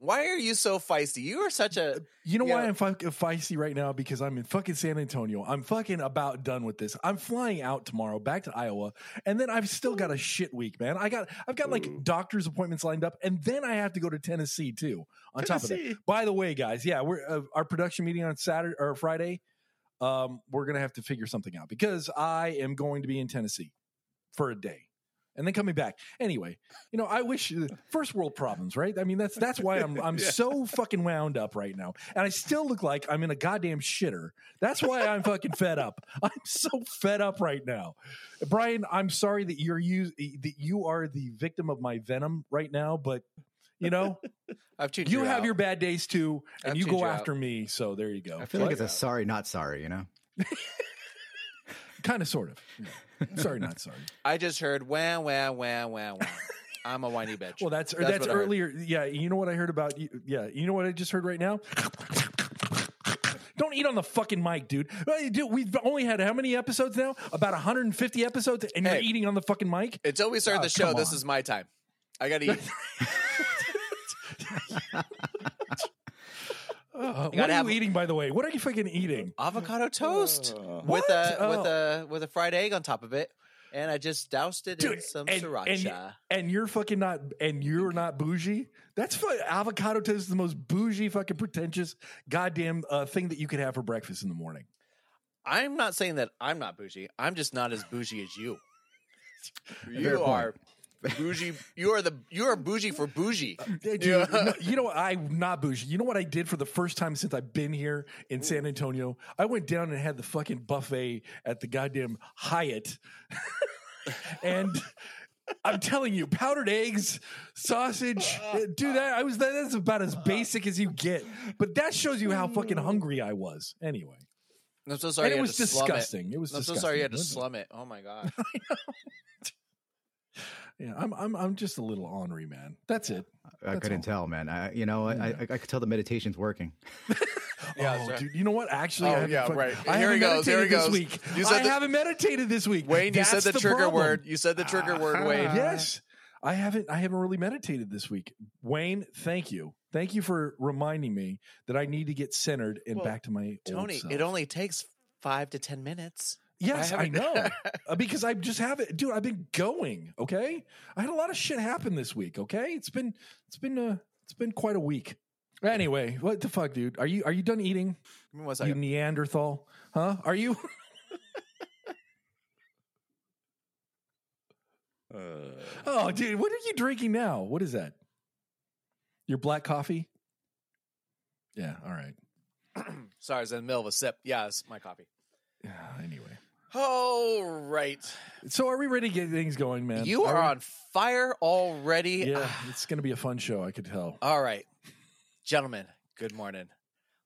Why are you so feisty? You are such a You know Yeah. why I'm fucking feisty right now? Because I'm in fucking San Antonio. I'm fucking about done with this. I'm flying out tomorrow back to Iowa, and then I've still got a shit week, man. I got I've got like doctor's appointments lined up, and then I have to go to Tennessee too. On top of Tennessee. that, by the way, guys, yeah, we're uh, our production meeting on Saturday or Friday. Um, we're gonna have to figure something out because I am going to be in Tennessee for a day. And then coming back. Anyway, you know, I wish uh, first world problems, right? I mean, that's that's why I'm I'm Yeah. so fucking wound up right now, and I still look like I'm in a goddamn shitter. That's why I'm fucking fed up. I'm so fed up right now, Brian. I'm sorry that you're you that you are the victim of my venom right now, but you know, I've tuned you have out. your bad days too, and I've you tuned go you out. after me. So there you go. I I feel like it's Plug a out. sorry, not sorry. You know, Kind of, sort of. Yeah. sorry, not sorry. I just heard wah wah wah wah wah. I'm a whiny bitch. Well, that's That's that's, what I heard. earlier. Yeah, you know what I heard about? you- Yeah, you know what I just heard right now. Don't eat on the fucking mic, dude. Hey, dude, We've only had how many episodes now? About 150 episodes, and Hey. you're eating on the fucking mic. until we start Oh, the show. come This on. is my time. I gotta eat. Uh, gotta what are have- you eating, by the way? What are you fucking eating? avocado toast with Uh, What? a with Oh. a with a fried egg on top of it, and I just doused it in Dude, some and, sriracha. and, and you're fucking not, and you're not bougie. That's fu- avocado toast is the most bougie, fucking pretentious, goddamn uh, thing that you could have for breakfast in the morning. I'm not saying that I'm not bougie. I'm just not as bougie as you. Fair you point. are bougie. You are the you are bougie for bougie. Yeah, dude, no, you know what? I'm not bougie. You know what I did for the first time since I've been here in San Antonio? I went down and had the fucking buffet at the goddamn Hyatt. and I'm telling you, powdered eggs, sausage, do that. I was that's about as basic as you get. But that shows you how fucking hungry I was. Anyway. I'm so sorry. you and it had was to slum disgusting. It, was I'm so disgusting. sorry you had to wasn't it? slum it. Oh my god. Yeah, I'm I'm I'm just a little ornery, man. That's it. I That's couldn't all. Mm-hmm. tell, man. I, you know, I, I, I could tell the meditation's working. Yeah, oh, sorry. dude, you know what? Actually, Oh, I haven't yeah, fuck- right. I Here he haven't goes, here he meditated this goes. week. You I said the- haven't meditated this week. Wayne, you said That's the, trigger problem. Ah, Uh, word. You said the trigger word, Wayne. Yes, I haven't. I haven't really meditated this week. Wayne, thank you, thank you for reminding me that I need to get centered and Well, back to my Tony, Old self. it only takes five to ten minutes. Yes, I I, haven't- know Uh, because I just haven't, dude. I've been going. Okay, I had a lot of shit happen this week. Okay, it's been it's been uh, it's been quite a week. Anyway, what the fuck, dude? Are you are you done eating? Give me one you second. Neanderthal, huh? Are you? Uh. oh, dude, what are you drinking now? What is that? Your black coffee? Yeah. All right. Sorry, I was in the middle of a sip. Yeah, it's my coffee. Yeah, anyway, All right. so are we ready to get things going, man? You are we- on uh, fire already. Yeah, it's going to be a fun show. I could tell. All right. Gentlemen, good morning.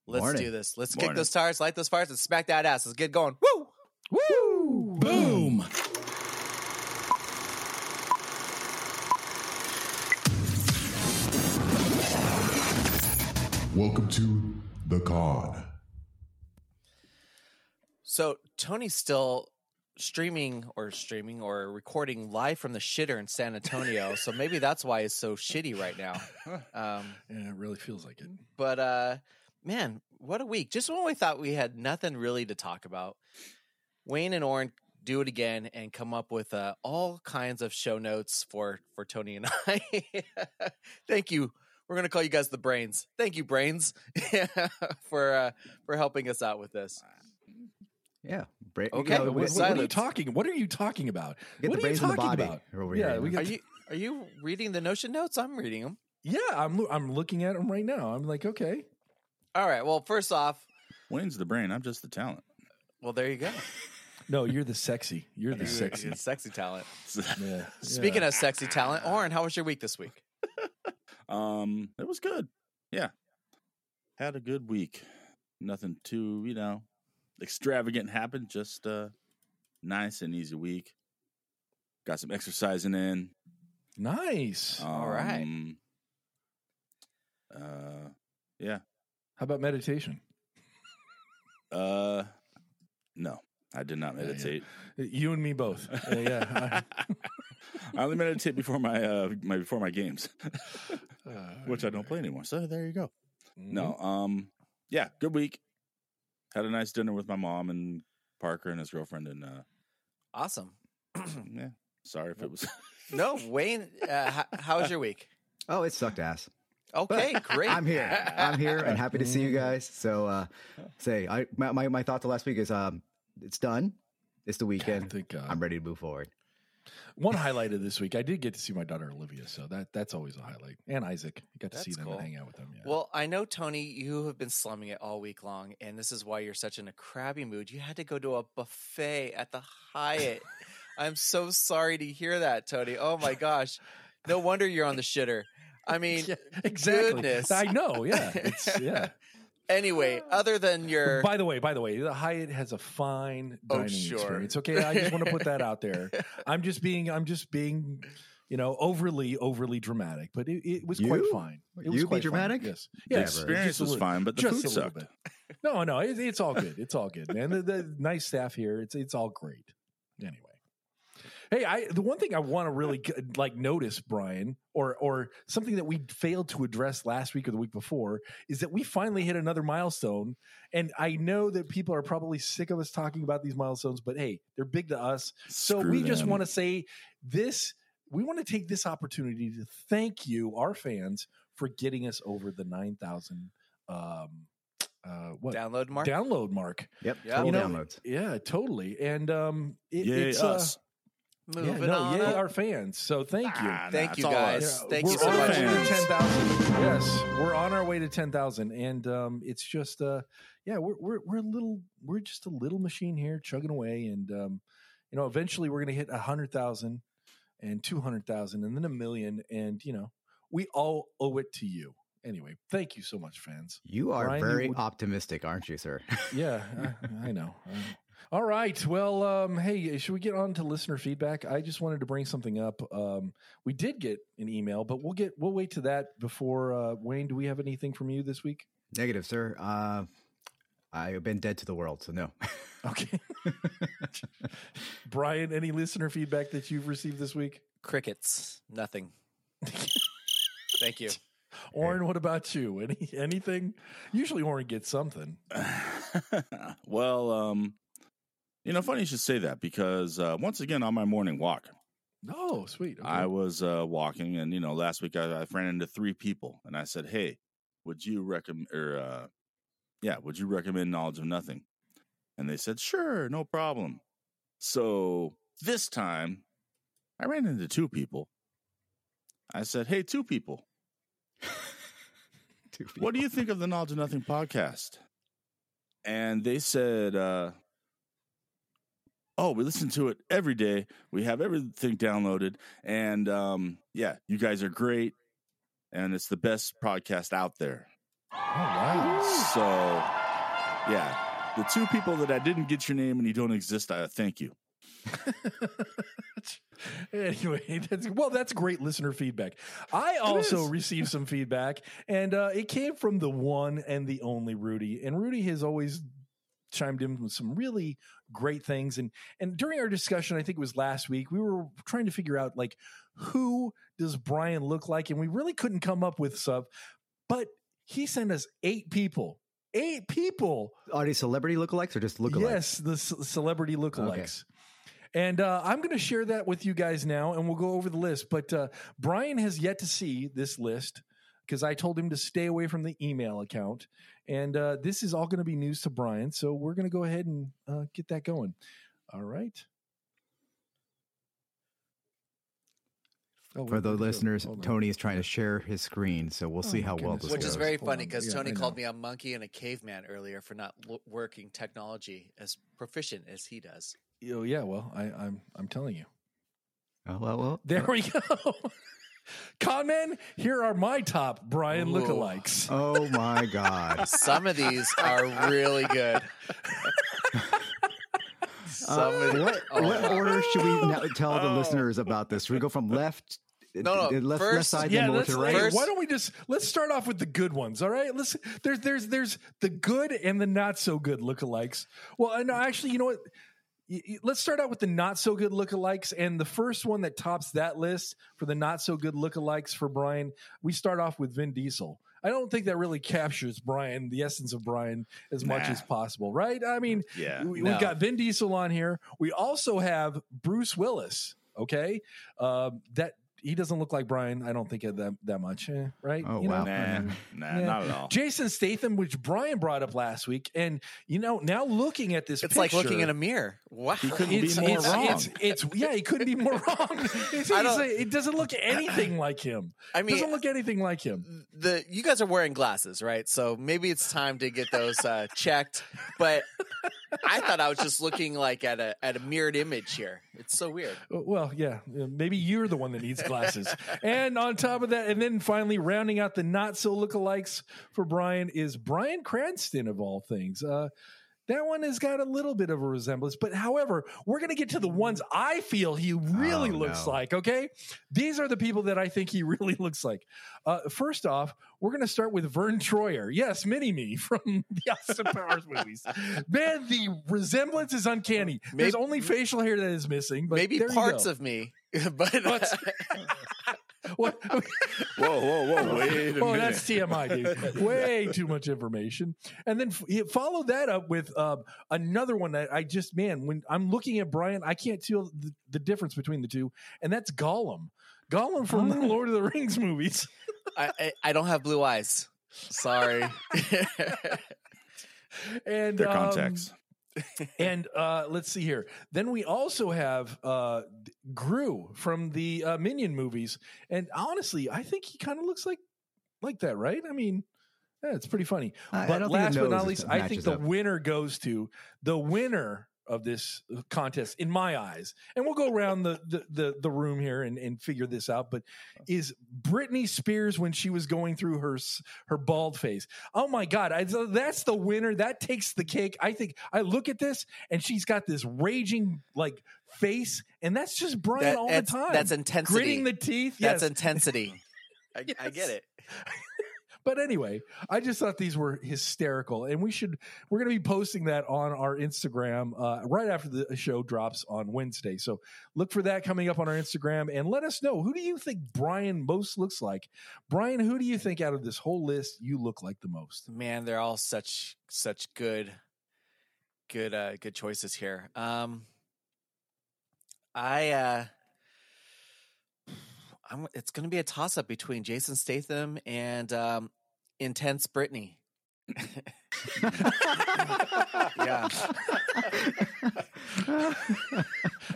Let's Morning. do this. Let's kick Morning. those tires, light those fires, and smack that ass. Let's get going. Woo! Woo! Boom. Welcome to the con. So Tony's still streaming or streaming or recording live from the shitter in San Antonio. so maybe that's why it's so shitty right now. Um, Yeah, it really feels like it. but uh man, what a week. Just when we thought we had nothing really to talk about, Wayne and Oren do it again and come up with uh, all kinds of show notes for for Tony and I. Thank you. We're going to call you guys the brains. Thank you brains for uh, for helping us out with this. Yeah. Bra- Okay, you know, we're What, we- we- what are you silence. talking? What are you talking about? Get what the are you brains in the talking body about? over yeah, here, we man. got Are you are you reading the notion notes? I'm reading them. Yeah, I'm lo- I'm looking at them right now. I'm like, okay, All right. Well, first off, Wayne's the brain. I'm just the talent. well there you go. no, you're the sexy. You're the sexy. Sexy, sexy talent. Yeah. Speaking of sexy talent, Oren, how was your week this week? um, it was good. Yeah, had a good week. Nothing too, you know, extravagant happened. Just uh, nice and easy week. Got some exercising in. nice. All right. Um, Uh, yeah. How about meditation? Uh, no, I did not Yeah, yeah. meditate. You and me both. Uh, yeah. I only meditate before my uh my before my games. Oh, which I don't play anymore. So there you go. Mm-hmm. No, um, yeah, good week. Had a nice dinner with my mom and Parker and his girlfriend, and uh, Awesome. yeah, sorry if it was. No, Wayne, uh, how, how was your week? Oh, it sucked ass. Okay, great. I'm here. I'm here and happy to see you Mm-hmm. guys. So, uh, say, I my, my, my thought the last week is um, it's done. It's the God, weekend. thank God. I'm ready to move forward. One highlight of this week, I did get to see my daughter Olivia, so that that's always a highlight. And Isaac, I got to see That's them cool. and hang out with them. Yeah. Well, I know Tony, you have been slumming it all week long, and this is why you're such in a crabby mood. You had to go to a buffet at the Hyatt. I'm so sorry to hear that, Tony. Oh my gosh, no wonder you're on the shitter. I mean, Yeah, exactly. goodness. I know. Yeah, it's, yeah. anyway, other than your By the way, by the way, the Hyatt has a fine Oh, dining sure. experience. Okay, I just want to put that out there. I'm just being, I'm just being, you know, overly, overly dramatic, but it, it was quite You? fine. It was You be quite fine. dramatic? Yes. the Yes. experience just a was little- fine, but the just food a little sucked. bit. No, no, it, it's all good. It's all good, man. The, the nice staff here. It's it's all great. Anyway, hey, I the one thing I want to really g- like notice, Brian, or or something that we failed to address last week or the week before is that we finally hit another milestone. And I know that people are probably sick of us talking about these milestones, but hey, they're big to us. So we just want to say this. We want to take this opportunity to thank you, our fans, for getting us over the nine thousand. Um, uh, what download mark, download mark? Yep. Yeah. Total You know- downloads. Yeah, totally. And um, it, Yay, it's us. Uh, moving yeah, no, on. yay, up. our fans. So thank you. Ah, nah, Thank it's you all guys. us. Yeah. thank you we're so on our much. way to Fans. 10,000. Yes, we're on our way to 10,000. And um, it's just, uh, yeah, we're, we're, we're a little, we're just a little machine here chugging away. And, um, you know, eventually we're going to hit 100,000 and 200,000 and then a million. And, you know, we all owe it to you. Anyway, thank you so much, fans. You are Brian, you very would- optimistic, aren't you, sir? Yeah, I, I know. I know. All right. Well, um, hey, should we get on to listener feedback? I just wanted to bring something up. Um, we did get an email, but we'll get we'll wait to that before uh, Wayne. Do we have anything from you this week? Negative, sir. Uh, I've been dead to the world, so no. Okay, Brian. Any listener feedback that you've received this week? Crickets, nothing. Thank you. Orin, what about you? Any anything? Usually, Orin gets something. well, um, you know, funny you should say that because uh, once again on my morning walk, No, Oh, sweet. Okay. I was uh, walking, and you know, last week I, I ran into three people, and I said, "Hey, would you recommend?" Or, uh, yeah, would you recommend Knowledge of Nothing? And they said, "Sure, no problem." So this time, I ran into two people. I said, "Hey, two people, Two what do you think of the Knowledge of Nothing podcast? And they said, uh, Oh, we listen to it every day. We have everything downloaded. And um, yeah, you guys are great. And it's the best podcast out there. oh, wow. So yeah, the two people that I didn't get your name and you don't exist, I thank you. anyway, that's well, that's great listener feedback. I also is. received some feedback, and uh, it came from the one and the only Rudy. And Rudy has always chimed in with some really great things. And and during our discussion, I think it was last week, we were trying to figure out like who does Brian look like, and we really couldn't come up with stuff. But he sent us eight people. Eight people Are these celebrity lookalikes or just lookalikes? Yes, the ce- celebrity lookalikes. And uh, I'm going to share that with you guys now, and we'll go over the list. But uh, Brian has yet to see this list because I told him to stay away from the email account. And uh, this is all going to be news to Brian. So we're going to go ahead and uh, get that going. All right. Oh, Oh, For wait, the wait, wait, listeners, hold on. Tony is trying to share his screen, so we'll Oh see my how well goodness. this Which is goes. very Hold funny on. because Yeah, Tony I called know. me a monkey and a caveman earlier for not w- working technology as proficient as he does. Oh, yeah. Well, I, I'm, I'm telling you. Oh, well, well. There we go. Conman, here are my top Brian Ooh. lookalikes. Oh my God! Some of these are really good. Some Uh, of what oh, what wow. order should we now tell the Oh. listeners about this? Should we go from left, No, no, uh, left, left first- side, Yeah, then north let's, to hey, right? First- why don't we just let's start off with the good ones, all right? Let's there's there's there's the good and the not so good lookalikes. Well, and actually, you know what? y- y- let's start out with the not so good lookalikes. And the first one that tops that list for the not so good lookalikes for Brian, we start off with Vin Diesel. I don't think that really captures Brian, the essence of Brian, as much Nah. as possible, right? I mean, Yeah. we, No. have got Vin Diesel on here. We also have Bruce Willis. Okay, um, that he doesn't look like Brian. I don't think of that that much, eh, right? Oh, You know? wow. Nah, Mhm. nah, Yeah. not at all. Jason Statham, which Brian brought up last week, and you know, now looking at this, It's like looking in picture, a mirror. Wow. You couldn't be It's, more it's, wrong. it's, it's yeah, he couldn't be more wrong. It's- I it's don't- like- it doesn't look anything like him. I mean, doesn't look anything like him. the you guys are wearing glasses, right? So maybe it's time to get those uh, checked. But I thought I was just looking like at a at a mirrored image here. It's so weird. Uh, Well, yeah, yeah, maybe you're the one that needs glasses. and on top of that, and then finally rounding out the not so lookalikes for Brian is Brian Cranston of all things. Uh, that one has got a little bit of a resemblance, but however, we're going to get to the ones I feel he really Oh, looks no. like. Okay, these are the people that I think he really looks like. Uh, first off, we're going to start with Vern Troyer. Yes, Mini Me from the Austin Powers movies. Man, the resemblance is uncanny. There's Maybe- only facial hair that is missing, but maybe there you parts go. of me, but But- What? Whoa, whoa, whoa! Wait a oh, minute. that's TMI, dude. Way too much information. And then f- you follow that up with uh, another one that I just, man, when I'm looking at Brian, I can't tell the, the difference between the two, and that's Gollum. Gollum from Ah. the Lord of the Rings movies. I, I I don't have blue eyes. Sorry. And Their um, contacts. and uh, let's see here. Then we also have uh, Gru from the uh, Minion movies, and honestly, I think he kind of looks like like that, right? I mean, yeah, it's pretty funny. I- I but don't think last the but not nose least, is- I think matches the up. winner goes to the winner of this uh, contest, in my eyes. And we'll go around the the the, the room here and, and figure this out. But Uh-huh. is Britney Spears when she was going through her s- her bald phase? Oh my God, I, so that's the winner. That takes the cake. I think I look at this and she's got this raging like face, and that's just Brian That- all the that's, time. that's intensity. gritting the teeth. that's yes, intensity. I, I Yes. get it. But anyway, I just thought these were hysterical, and we should we're going to be posting that on our Instagram uh, right after the show drops on Wednesday. So look for that coming up on our Instagram, and let us know who do you think Brian most looks like. Brian, who do you think out of this whole list you look like the most? Man, they're all such such good good uh good choices here. Um I uh I'm it's going to be a toss up between Jason Statham and um intense Brittany. Yeah.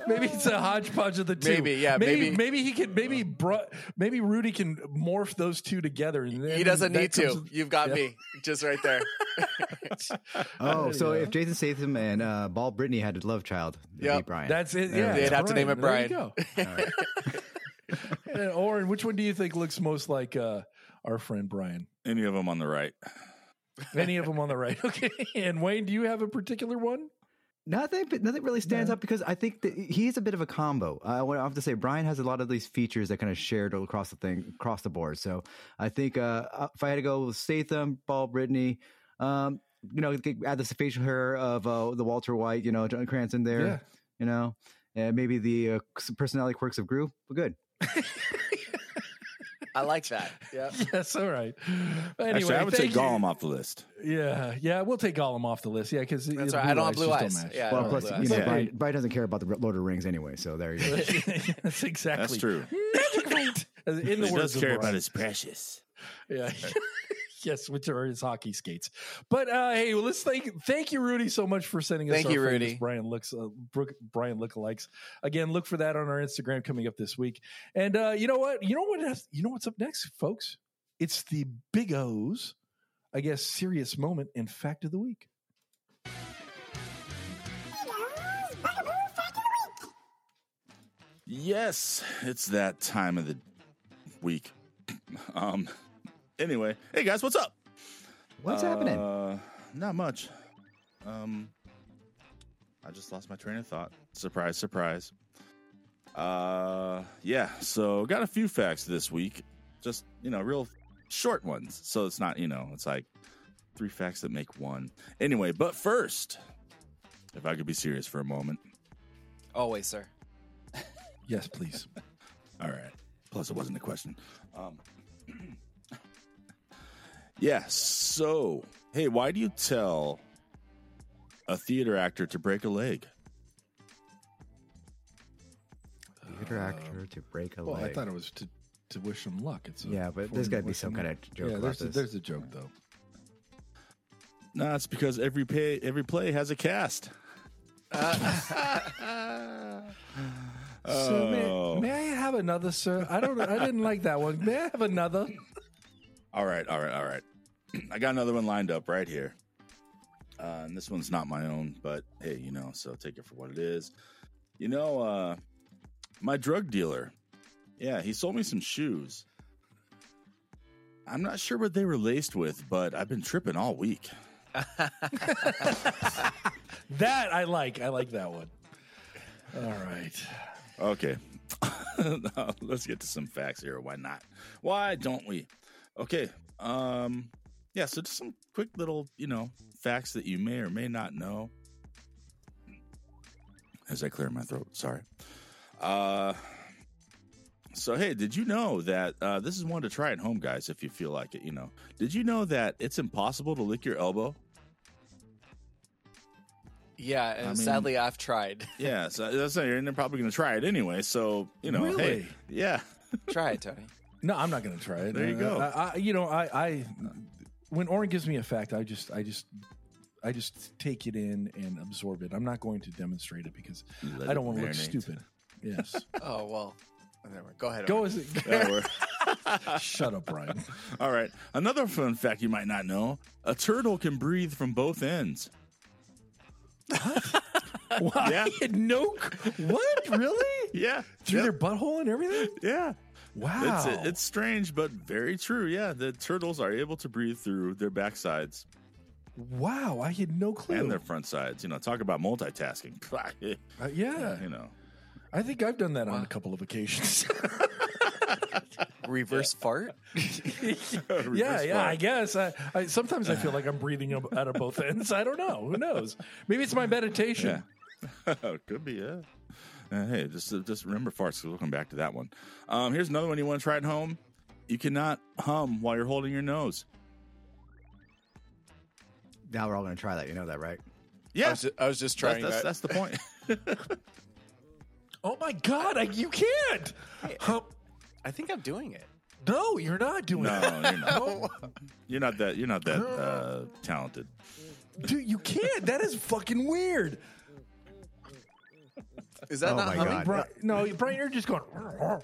Maybe it's a hodgepodge of the two. Maybe, yeah, maybe maybe- maybe he could maybe bro, maybe Rudy can morph those two together. And then He doesn't that need to. comes- You've got Yeah. me just right there. Oh, so Yeah. if Jason Statham and uh, Ball Brittany had a love child, it'd be Yep. Brian. That's it. There Yeah, we go. it's They'd have to name it There you Brian. go. And Oren, which one do you think looks most like uh, our friend Brian? Any of them on the right? Any of them on the right. Okay. And Wayne, do you have a particular one? Nothing, but nothing really stands No. up because I think that he's a bit of a combo. I would have to say Brian has a lot of these features that kind of shared across the thing, across the board. So I think uh, if I had to go with Statham, Ball, Brittany, um, you know, add the facial hair of uh, the Walter White, you know, John Cranston there, you know, and maybe the uh, personality quirks of Gru. But good. I like that. Yeah. Yeah. Yes. All right. Anyway, Actually, I would say thank you. Gollum off the list. Yeah. Yeah. We'll take Gollum off the list. Yeah. Because That's right. I don't have blue eyes. Yeah, I Well, don't plus, have blue you eyes. know, Yeah. Brian, Brian doesn't care about the Lord of the Rings anyway. So there you go. That's exactly That's true. Magic right. In the he words does care of Brian. about his precious. Yeah. Yes, which are his hockey skates. But uh, hey, well, let's thank thank you, Rudy, so much for sending us. Thank our you, famous Rudy. Brian looks uh, Brooke, Brian lookalikes. Again, look for that on our Instagram coming up this week. And uh, you know what? You know what? has- You know what's up next, folks? It's the Big O's, I guess, serious moment and fact of the week. Yes, it's that time of the week. Um. Anyway, hey guys, what's up? What's happening? Uh, not much. Um, I just lost my train of thought. Surprise, surprise. Uh, yeah. So got a few facts this week. Just you know, real short ones. So it's not you know, it's like three facts that make one. Anyway, but first, if I could be serious for a moment, Always, sir. Yes, please. All right. Plus, it wasn't a question. Um, yeah. So, hey, why do you tell a theater actor to break a leg? Theater actor to break a Well, leg. I thought it was to, to wish him luck. It's a yeah, but foreign there's got to be wish some him kind of luck. joke yeah, about there's a, this. there's a joke though. No, it's because every pay every play has a cast. So Oh. may, may I have another, sir? I don't. I didn't like that one. May I have another? All right, all right, all right. I got another one lined up right here. Uh, and this one's not my own, but hey, you know, so take it for what it is. You know, uh, my drug dealer, yeah, he sold me some shoes. I'm not sure what they were laced with, but I've been tripping all week. That I like. I like that one. All right. Okay. Now, Let's get to some facts here. Why not? Why don't we? Okay. Um yeah, so just some quick little, you know, facts that you may or may not know. As I clear my throat, sorry. Uh so hey, did you know that uh, this is one to try at home, guys? If you feel like it, you know. Did you know that it's impossible to lick your elbow? Yeah, and mean- sadly, I've tried. Yeah, so that's not. You're probably going to try it anyway. So you know, hey, Really? yeah, Try it, Tony. No, I'm not going to try it. There you Uh, go. I, I, you know, I, I when Oren gives me a fact, I just, I just, I just take it in and absorb it. I'm not going to demonstrate it because Let I it don't want to look marinate. stupid. Yes. Oh well. Never mind. Go ahead. Go Owen. as Yeah, we're- Shut up, Brian. All right. Another fun fact you might not know a turtle can breathe from both ends. What? Yeah. no. What? Really? Yeah. Through their Yep. butthole and everything? Yeah. Wow. It's, it's strange, but very true. Yeah. The turtles are able to breathe through their back sides wow. I had no clue. and their front sides. You know, talk about multitasking. you Uh, yeah. know, I think I've done that on a couple of occasions. Reverse fart. yeah, Reverse yeah, I fart. guess. I, I sometimes I feel like I'm breathing up- out of both ends. I don't know. Who knows? Maybe it's my meditation. Could be, yeah. Uh, hey, just just remember farts. 'cause We'll come back to that one. Um, here's another one you want to try at home. You cannot hum while you're holding your nose. now we're all going to try that. You know that, right? Yeah, I, was just, I was just that's, trying that's, that. that's the point. Oh my god, I, you can't. Huh? I think I'm doing it. no, you're not doing No, that. you're not. you're not that. You're not that uh, talented. Dude, you can't. That is fucking weird. Is that Oh not my humming? God. Brian, no, Brian, you're just going. What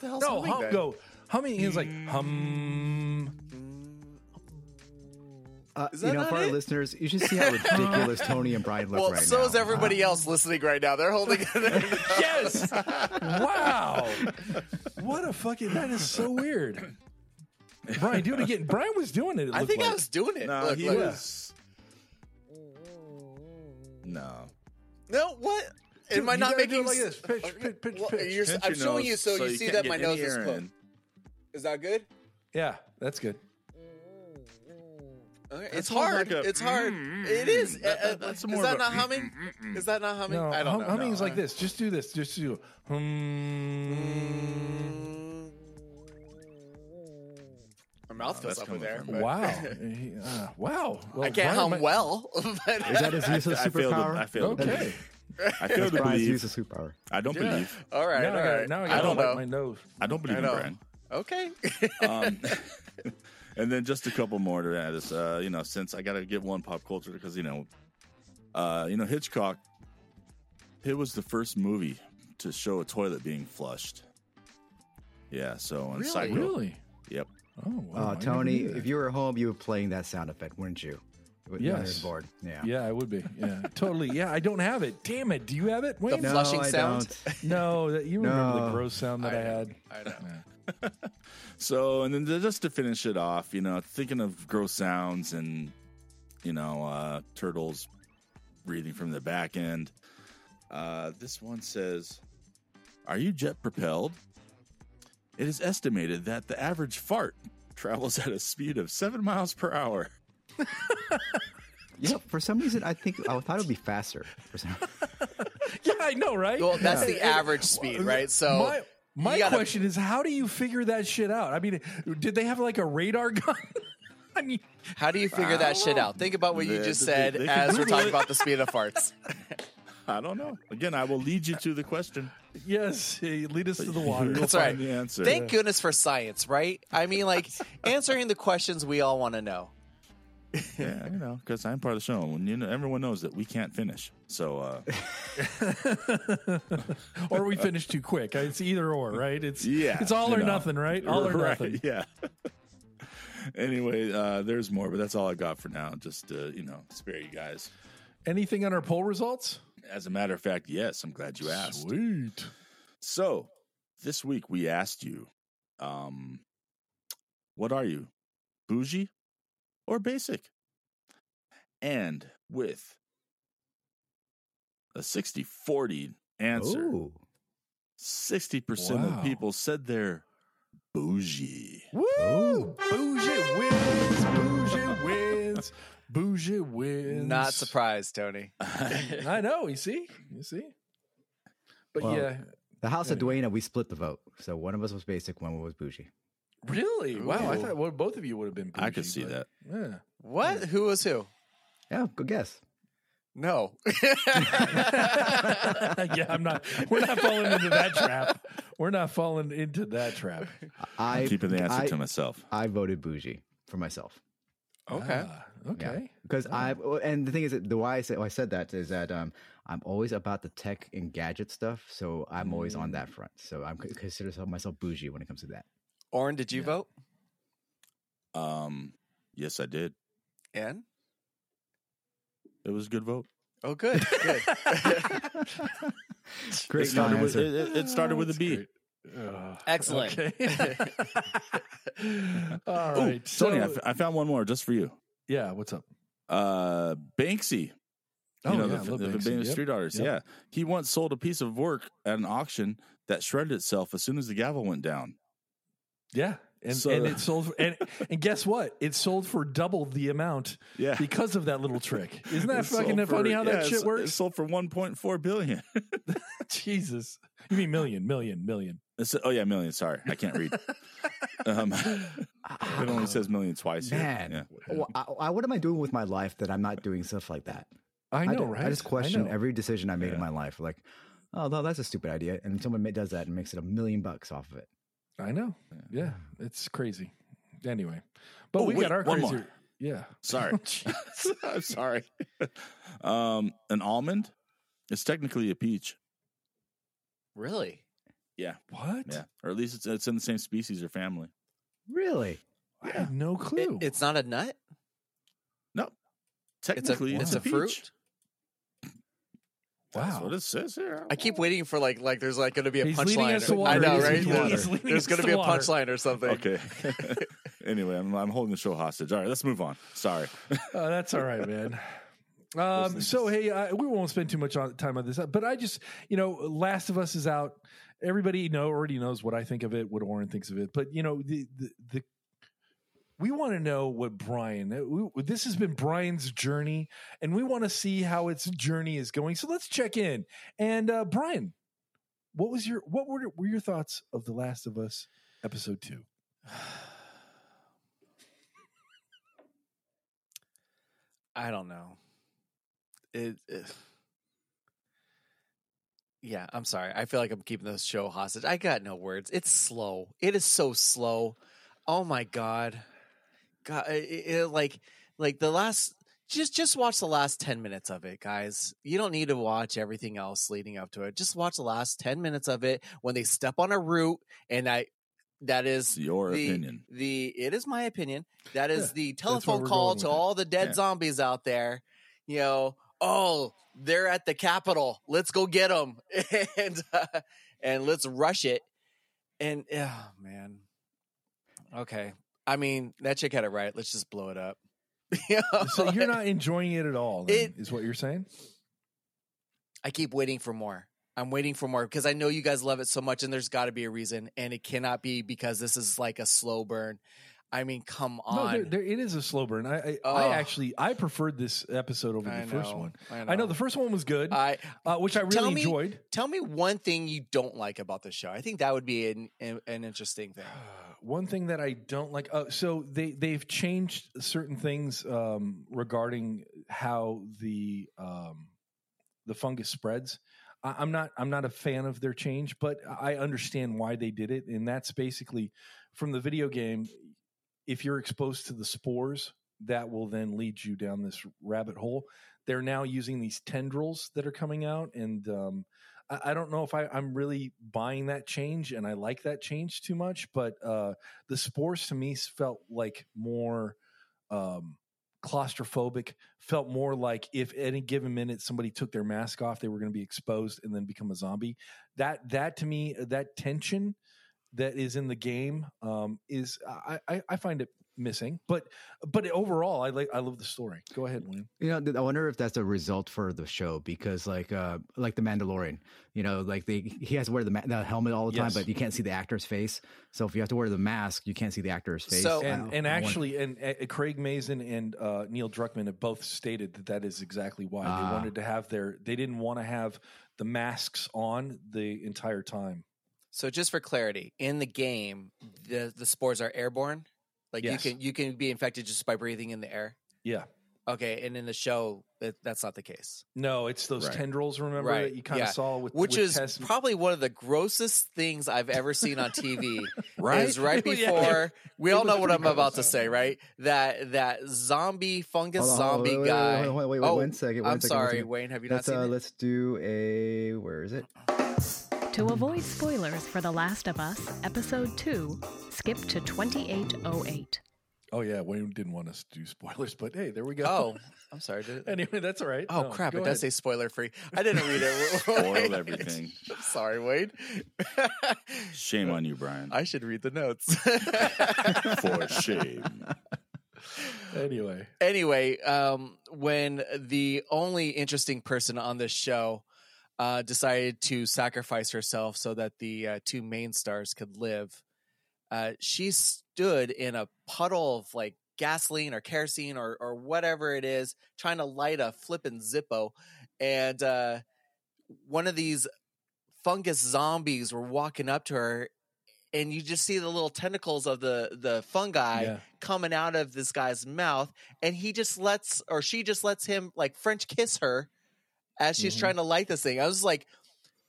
the hell's No, humming? hum, then? go. Humming is like hum. Uh, Is you that know, not for our it? listeners, you should see how ridiculous Tony and Brian look Well, right so now. is everybody else listening right now. They're holding it. Yes. wow. What a fucking. That is so weird. Brian, do it again. Brian was doing it. it I looked think like. I was doing it. No, Look, he look. was. No. No, what? Am I you not gotta making do it like s- this. Pitch, Okay. pitch, pitch, Well, pitch. you're- Pinch I'm your showing you nose so, you see can't that get my any nose is air closed. in. Is that good? Yeah, that's good. Okay. That It's sounds hard. like a it's hard. mm, it is. mm, that- Uh, uh, that- that's is more that of a not mm, humming? Is that not humming? I don't hum- know. Humming No, is like uh, this. Just do this. Just do hum. My mouth No, feels that's up in coming there. from- but- Wow. Uh, wow. Well, I can't Brian hum might- well. but- Is that his useless I failed. superpower? I failed. to Okay. believe. I failed That's to Brian's believe. useless superpower. I don't Yeah. believe. all right. now all I gotta, right. now I I gotta don't wipe know. my nose. I don't believe I in know. Brian. Okay. Um, and then just a couple more to add. Is, uh, you know, since I got to get one pop culture because you know, uh, you know Hitchcock. It was the first movie to show a toilet being flushed. Yeah. So and Really? Psycho. Really? Yep. Oh, wow. I Uh, never Tony, knew that. if you were at home, you were playing that sound effect, wouldn't you? When you're Yes. bored. Yeah. Yeah, I would be. Yeah, totally. Yeah, I don't have it. Damn it. Do you have it? Wayne? No, Flushing I sound? don't. No, that, you remember the No. gross sound that I, had. I know. So, and then just to finish it off, you know, thinking of gross sounds and, you know, uh, turtles breathing from the back end. Uh, this one says, Are you jet propelled? It is estimated that the average fart travels at a speed of seven miles per hour. You know, for some reason, I think I thought it would be faster. For some, yeah, I know, right? Well, that's the And- and average speed, right? So my, my gotta- question is, how do you figure that shit out? I mean, did they have like a radar gun? I mean, how do you figure that shit out? Think about what you They- just they- said they can as we're Google talking it. about the speed of farts. I don't know. Again, I will lead you to the question. yes, hey, lead us to the water. That's You'll right. find the answer. Thank goodness for science, right? I mean, like answering the questions we all want to know. Yeah, you know, because I'm part of the show, and you know, everyone knows that we can't finish. So, uh, or we finish too quick. It's either or, right? It's yeah, it's all you or know. nothing, right? All or Right, nothing. Yeah. anyway, uh, there's more, but that's all I got for now. Just uh, you know, spare you guys. Anything on our poll results? As a matter of fact, yes, I'm glad you asked. Sweet. So, this week we asked you, um, what are you, bougie or basic? And with a 60 40 answer, Ooh. 60% Oh. Wow. of people said they're bougie. Woo! Bougie wins. Bougie wins. Bougie wins. Not surprised, Tony. I know. You see. You see. But Well, yeah, The house of Anyway. Dwayne, we split the vote. So one of us was basic, one was bougie. really. Wow. I Ooh. thought well, both of you would have been. Bougie, I could see but- that. Yeah. What? Who was who? Yeah, good guess. No. yeah, I'm not. We're not falling into that trap. We're not falling into that trap. I I'm keeping the answer I, to myself. I voted bougie for myself. okay. Ah, okay. because Oh. I and the thing is that the why I said, why I said that is that um I'm always about the tech and gadget stuff, so I'm always on Mm. that front. So I'm c- consider myself bougie when it comes to that. Orrin, did you vote? Um, yes, I did. And It was a good vote. oh, good, good. Great it, started with, answer. it, it- it started with a That's B. great. Uh, Excellent. Okay. All Ooh, right. Tony, I so- f- I found one more just for you. yeah. What's up? Uh, Banksy. you know, the, Oh, I love the, the Banksy. famous Yep. street artist. Yep. Yeah. He once sold a piece of work at an auction that shredded itself as soon as the gavel went down. Yeah. And, So- and it sold for, and and guess what? It sold for double the amount Yeah. because of that little trick. Isn't that It sold fucking for- funny how yeah, that it shit s- It works? sold for 1.4 billion. Jesus, you mean million, million, million? It's- oh, yeah, million. Sorry. I can't read. um, it only says million twice. here. Ah, Man, Yeah. wh- I- I- what am I doing with my life that I'm not doing stuff like that? I know, do- right? I just question know. every decision I made Yeah. in my life. Like, oh, no, that's a stupid idea, and someone ma- does that and makes it a million bucks off of it. I know. Yeah, it's crazy. Anyway, but Oh, we wait, got our one crazy. more. Yeah. Sorry. I'm sorry. um, an almond is technically a peach. really? What? Yeah. Or at least it's, it's in the same species or family. Really? I had no It- clue. it's not a nut. It's a Technically, it's a peach. fruit. That's Wow. what it says here. Oh. I keep waiting for like like there's like going to be a He's leading punchline. us to or- I water. know, He's right? leading- There's- he's leading There's us going to to be a water. punchline or something. Okay. anyway, I'm, I'm holding the show hostage. All right, let's move on. Sorry. Oh, that's all right, man. Um, so hey, I, we won't spend too much on, time on this, but I just, you know, Last of Us is out. Everybody know already knows what I think of it, what Oren thinks of it, but you know, the the, the we want to know what Brian. uh, We, this has been Brian's journey, and we want to see how its journey is going. So let's check in. And uh, Brian, what was your what were were your thoughts of the Last of Us episode two? I don't know. It, it- Yeah, I'm sorry. I feel like I'm keeping this show hostage. I got no words. It's slow. It is so slow. Oh my god. God, it, it- eh, like like the last just just watch the last 10 minutes of it, guys. You don't need to watch everything else leading up to it. Just watch the last 10 minutes of it when they step on a root and I that is It's your the, opinion. The it is my opinion. That is Yeah, the where telephone we're call going to with it. all the dead Yeah. zombies out there. You know, oh, they're at the Capitol. Let's go get them and uh, and let's rush it. And oh man, okay. I mean, that chick had it right. Let's just blow it up. You know, So you're not enjoying it at all, then, It- is what you're saying? I keep waiting for more. I'm waiting for more because I know you guys love it so much, and there's got to be a reason, and it cannot be because this is like a slow burn. I mean, come No, on. there, there, it is a slow burn. I I, Ugh. I actually I preferred this episode over the I first know, one. I I know know. the first one was good, I uh, which I tell really me- enjoyed. tell me one thing you don't like about the show. I think that would be an an, an interesting thing. One thing that I don't like, uh, so they they've changed certain things um, regarding how the um, the fungus spreads. I, I'm not I'm not a fan of their change, but I understand why they did it, and that's basically from the video game. If you're exposed to the spores, that will then lead you down this rabbit hole. They're now using these tendrils that are coming out, and um, I, I don't know if I, I'm really buying that change and I like that change too much, but uh, the spores to me felt like more um, claustrophobic, felt more like if any given minute somebody took their mask off, they were going to be exposed and then become a zombie. That, that to me, uh, that tension that is in the game um, is, I, I, I find it missing, but, but overall, I like, I love the story. Go ahead, Wayne. You know, th- I wonder if that's a result for the show because, like, uh, like the Mandalorian, you know, like they he has to wear the, ma- the helmet all the Yes. time, but you can't see the actor's face. So if you have to wear the mask, you can't see the actor's face. So- I and, don't- and I wonder- actually, and uh, Craig Mazin and uh, Neil Druckmann have both stated that that is exactly why they Ah. wanted to have their. They didn't want to have the masks on the entire time. So just for clarity, in the game, the the spores are airborne. Like Yes. you can you can be infected just by breathing in the air. Yeah, Okay, and in the show, that, that's not the case. no, it's those Right. tendrils. Remember Right, that you kind of yeah. saw with Which with is Tess- probably one of the grossest things I've ever seen on TV. Is right Oh, Yeah. before we It all was know what I'm pretty about to gross. say, right? That that zombie fungus Hold on, hold on, zombie wait, wait, guy. Wait, wait, wait, Oh, one second. one I'm second, one sorry, second. Wayne. Have you Let's not seen uh, it? let's do a where is it? To avoid spoilers for The Last of Us, Episode 2, skip to 2808. Oh yeah, Wayne didn't want us to do spoilers, but hey, there we go. Oh, I'm sorry. Did it? anyway, that's all right. Oh No, crap! It go does say ahead. spoiler free. I didn't read it. Spoiled everything. I'm sorry, Wade. Shame on you, Brian. I should read the notes. For shame. anyway. anyway, um, when the only interesting person on this show uh, decided to sacrifice herself so that the uh, two main stars could live, uh, she stood in a puddle of like gasoline or kerosene or, or whatever it is, trying to light a flippin' Zippo. And uh, one of these fungus zombies were walking up to her. And you just see the little tentacles of the the fungi yeah. coming out of this guy's mouth and he just lets or she just lets him like french kiss her as she's Mhm. trying to light this thing i was like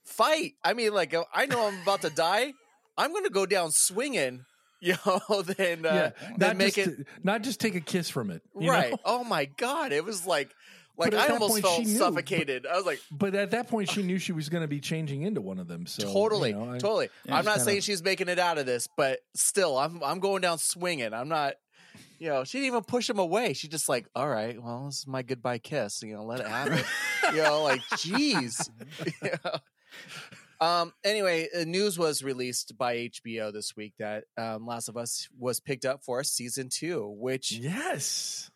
fight i mean like uh, i know i'm about to die i'm gonna go down swinging you know then uh, yeah, then not make just it not just take a kiss from it, you know? right oh my god it was like like But at i that almost point, felt she knew, but- suffocated i was like But at that point, she knew she was going to be changing into one of them. So you totally know, I- totally Yeah, i'm just not kinda- saying she's making it out of this but still i'm i'm going down swinging i'm not you know she didn't even push him away she just like all right well this is my goodbye kiss you know let it happen you know like jeez You know? um anyway uh, news was released by hbo this week that um last of us was picked up for season two which Yes.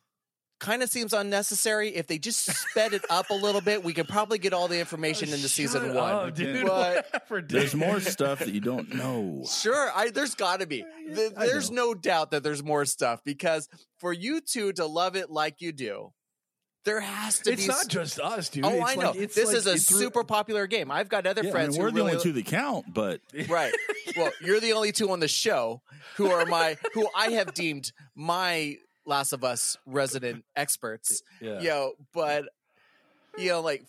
kind of seems unnecessary if they just sped it up a little bit we could probably get all the Oh, information into season one dude. But- Whatever, dude. There's more stuff that you don't know. Sure, I there's got to be. Th- I There's no doubt that there's more stuff because for you two to love it like you do, there has to It's be. not s- just us, dude. oh, It's I know. like- it's this like is a it threw- super popular game. I've got other Yeah, I I mean, friends we're who the really only two that count, but right. Well, you're the only two on the show who are my who I have deemed my Last of Us resident experts. Yeah. Yo, but you know, like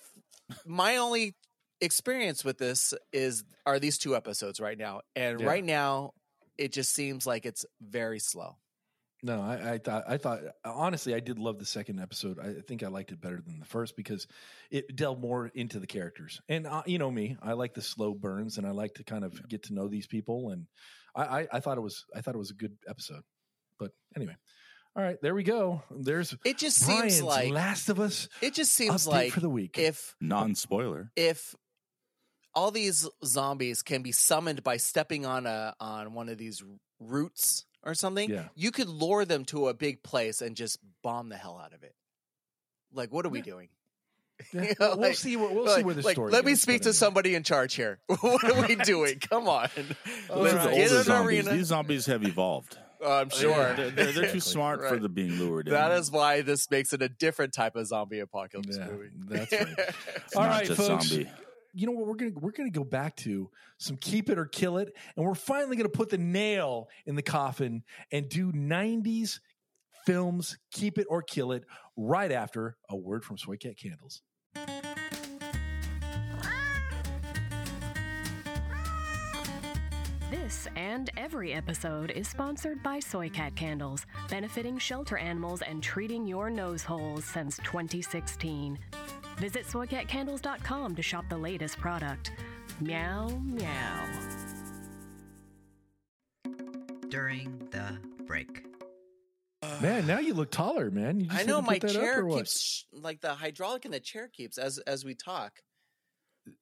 f- my only experience with this is are these two episodes right now, and Yeah. right now it just seems like it's very slow. No, I, I thought I thought honestly I did love the second episode. I think I liked it better than the first because it delved more into the characters. And uh, you know me, I like the slow burns, and I like to kind of get to know these people. And I, I, I thought it was I thought it was a good episode. But anyway, all right, there we go. There's It just Brian's seems like Last of Us it just seems update like for the week. if non spoiler. if all these zombies can be summoned by stepping on a on one of these roots or something, Yeah. you could lure them to a big place and just bomb the hell out of it. Like, what are we Yeah. doing? Yeah, You know, we'll we'll like- see what we'll see like, where the like, story. let me goes, speak but uh, to anyway. somebody in charge here. what are we doing? Come on, All Those let's are right. get older an zombies. arena. These zombies have evolved. Oh, I'm sure. They're, they're, they're too Exactly. smart for Right. the being lured. in. That is why this makes it a different type of zombie apocalypse Yeah, movie. that's right. It's All not right, just folks. zombie. You know what? We're gonna we're gonna go back to some keep it or kill it, and we're finally gonna put the nail in the coffin and do '90s films keep it or kill it right after a word from Soy Cat Candles. This and every episode is sponsored by Soycat Candles, benefiting shelter animals and treating your nose holes since 2016. Visit soycatcandles.com to shop the latest product. Meow, meow. during the break. Man, now you look taller, man. You just I had know to put my that up, chair or what? keeps sh- like the hydraulic in the chair keeps as as we talk.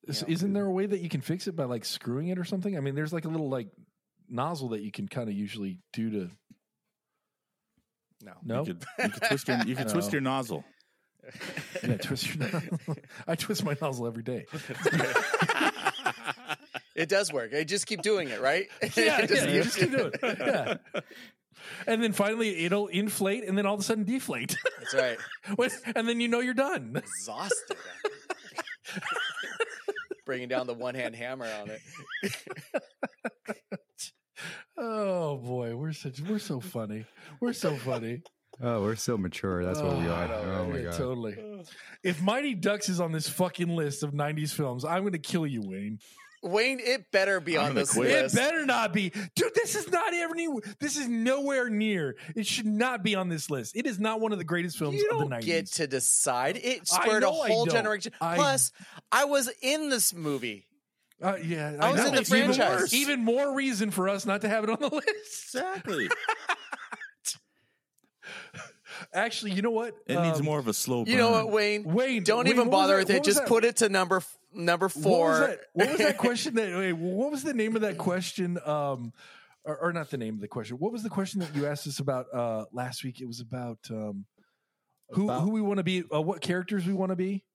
Is, Yeah. Isn't there a way that you can fix it by like screwing it or something? I mean, there's like a little like nozzle that you can kind of usually do to. No. No, You could, you could twist your you could twist No. your nozzle. yeah, twist your. nozzle. I twist my nozzle every day. It does work. I just keep doing it, right? yeah, It just yeah, you keeps- just keep doing it. Yeah. And then finally, it'll inflate, and then all of a sudden, deflate, That's right. When- and then you know you're done. Exhausted. Bringing down the one hand hammer on it. Oh boy, we're such we're so funny. We're so funny. Oh, we're so mature. That's what we Oh, are. I know, oh right? my Yeah, god. Totally. If Mighty Ducks is on this fucking list of '90s films, I'm going to kill you, Wayne. Wayne, it better be I'm on gonna this quit. It list. better not be, dude. This is not ever new. This is nowhere near. It should not be on this list. It is not one of the greatest films you of don't the '90s. get to decide. It I spurred a know I whole don't. generation. I- Plus, I was in this movie. Uh, yeah, I was know. in the It's even franchise. worse. Even more reason for us not to have it on the list. Exactly. Actually, you know what? Um, It needs more of a slow burn. Um, You know what, Wayne? Wayne, Don't Wayne, even what was bother that- with what it. was Just that- put it to number f- number What four. was that, what was that question that? wait, what was the name of that question? Um, or, or not the name of the question. What was the question that you asked us about uh, last week? It was about um, who About- who we want to be, uh, what characters we want to be,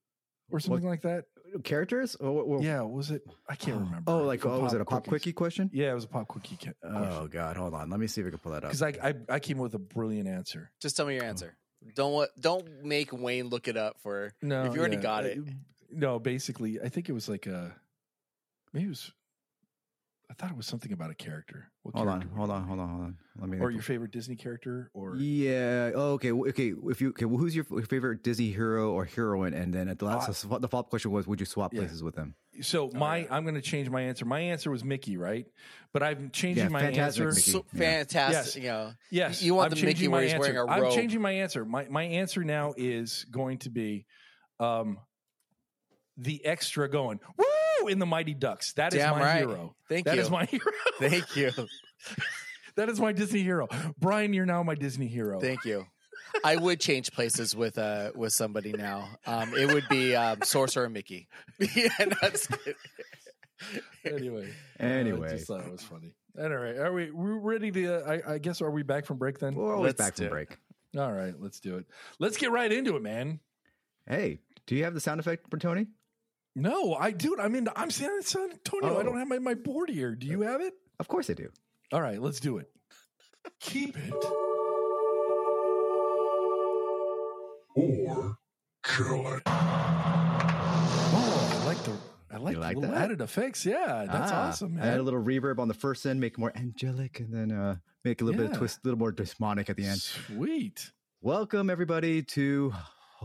or something like that. Characters? Or, what- what- Yeah, was it? I can't remember. Oh, like For oh, was it a pop quickies. quickie question? Yeah, it was a pop quickie. Oh god, hold on. Let me see if I can pull that up. because I, I I came up with a brilliant answer. Just tell me your answer. Don't wa- don't make Wayne look it up for No, if you already yeah, got uh, it. No, basically, I think it was like a maybe it was. I thought it was something about a character. What Hold on, character would hold it on, be? hold on, hold on. Let me. Or your favorite Disney character, or Yeah. Oh, okay. w- Okay. If you okay, well, who's your f- favorite Disney hero or heroine? And then at the last, Uh, so the follow up question was, would you swap yeah. places with them? so oh, my. I'm going to change my answer. My answer was Mickey, right? But I'm changing Yeah, my fantastic answer. Mickey. So Yeah. fantastic, Yes. you know. Yes, You want I'm the Mickey changing where my he's wearing answer. a robe. I'm changing my answer. My my answer now is going to be, um, the extra going woo in the Mighty Ducks. That is Damn my right. hero. Thank That you. is my hero. Thank you. That is my Disney hero. Brian, you're now my Disney hero. Thank you. I would change places with uh with somebody now. Um, it would be um, Sorcerer Mickey. yeah, no, I'm just kidding. anyway. I Anyway, Uh, just thought it was funny. All right. Are we we're ready to, uh, I, I guess, are we back from break then? we're always let's back do from it. break. All right. Let's do it. Let's get right into it, man. Hey, do you have the sound effect for Tony? No, I, dude, I'm in, I'm San Antonio. I Oh. don't have my, my board here. Do you have it? Of course I do. All right. Let's do it. Keep it. Oh, Or kill it. Oh, I like the, I like, like the little that? added effects. Yeah. That's Ah, awesome, man. I add a little reverb on the first end, make it more angelic, and then uh, make a little bit Yeah. of twist, a little more demonic at the end. Sweet. Welcome everybody to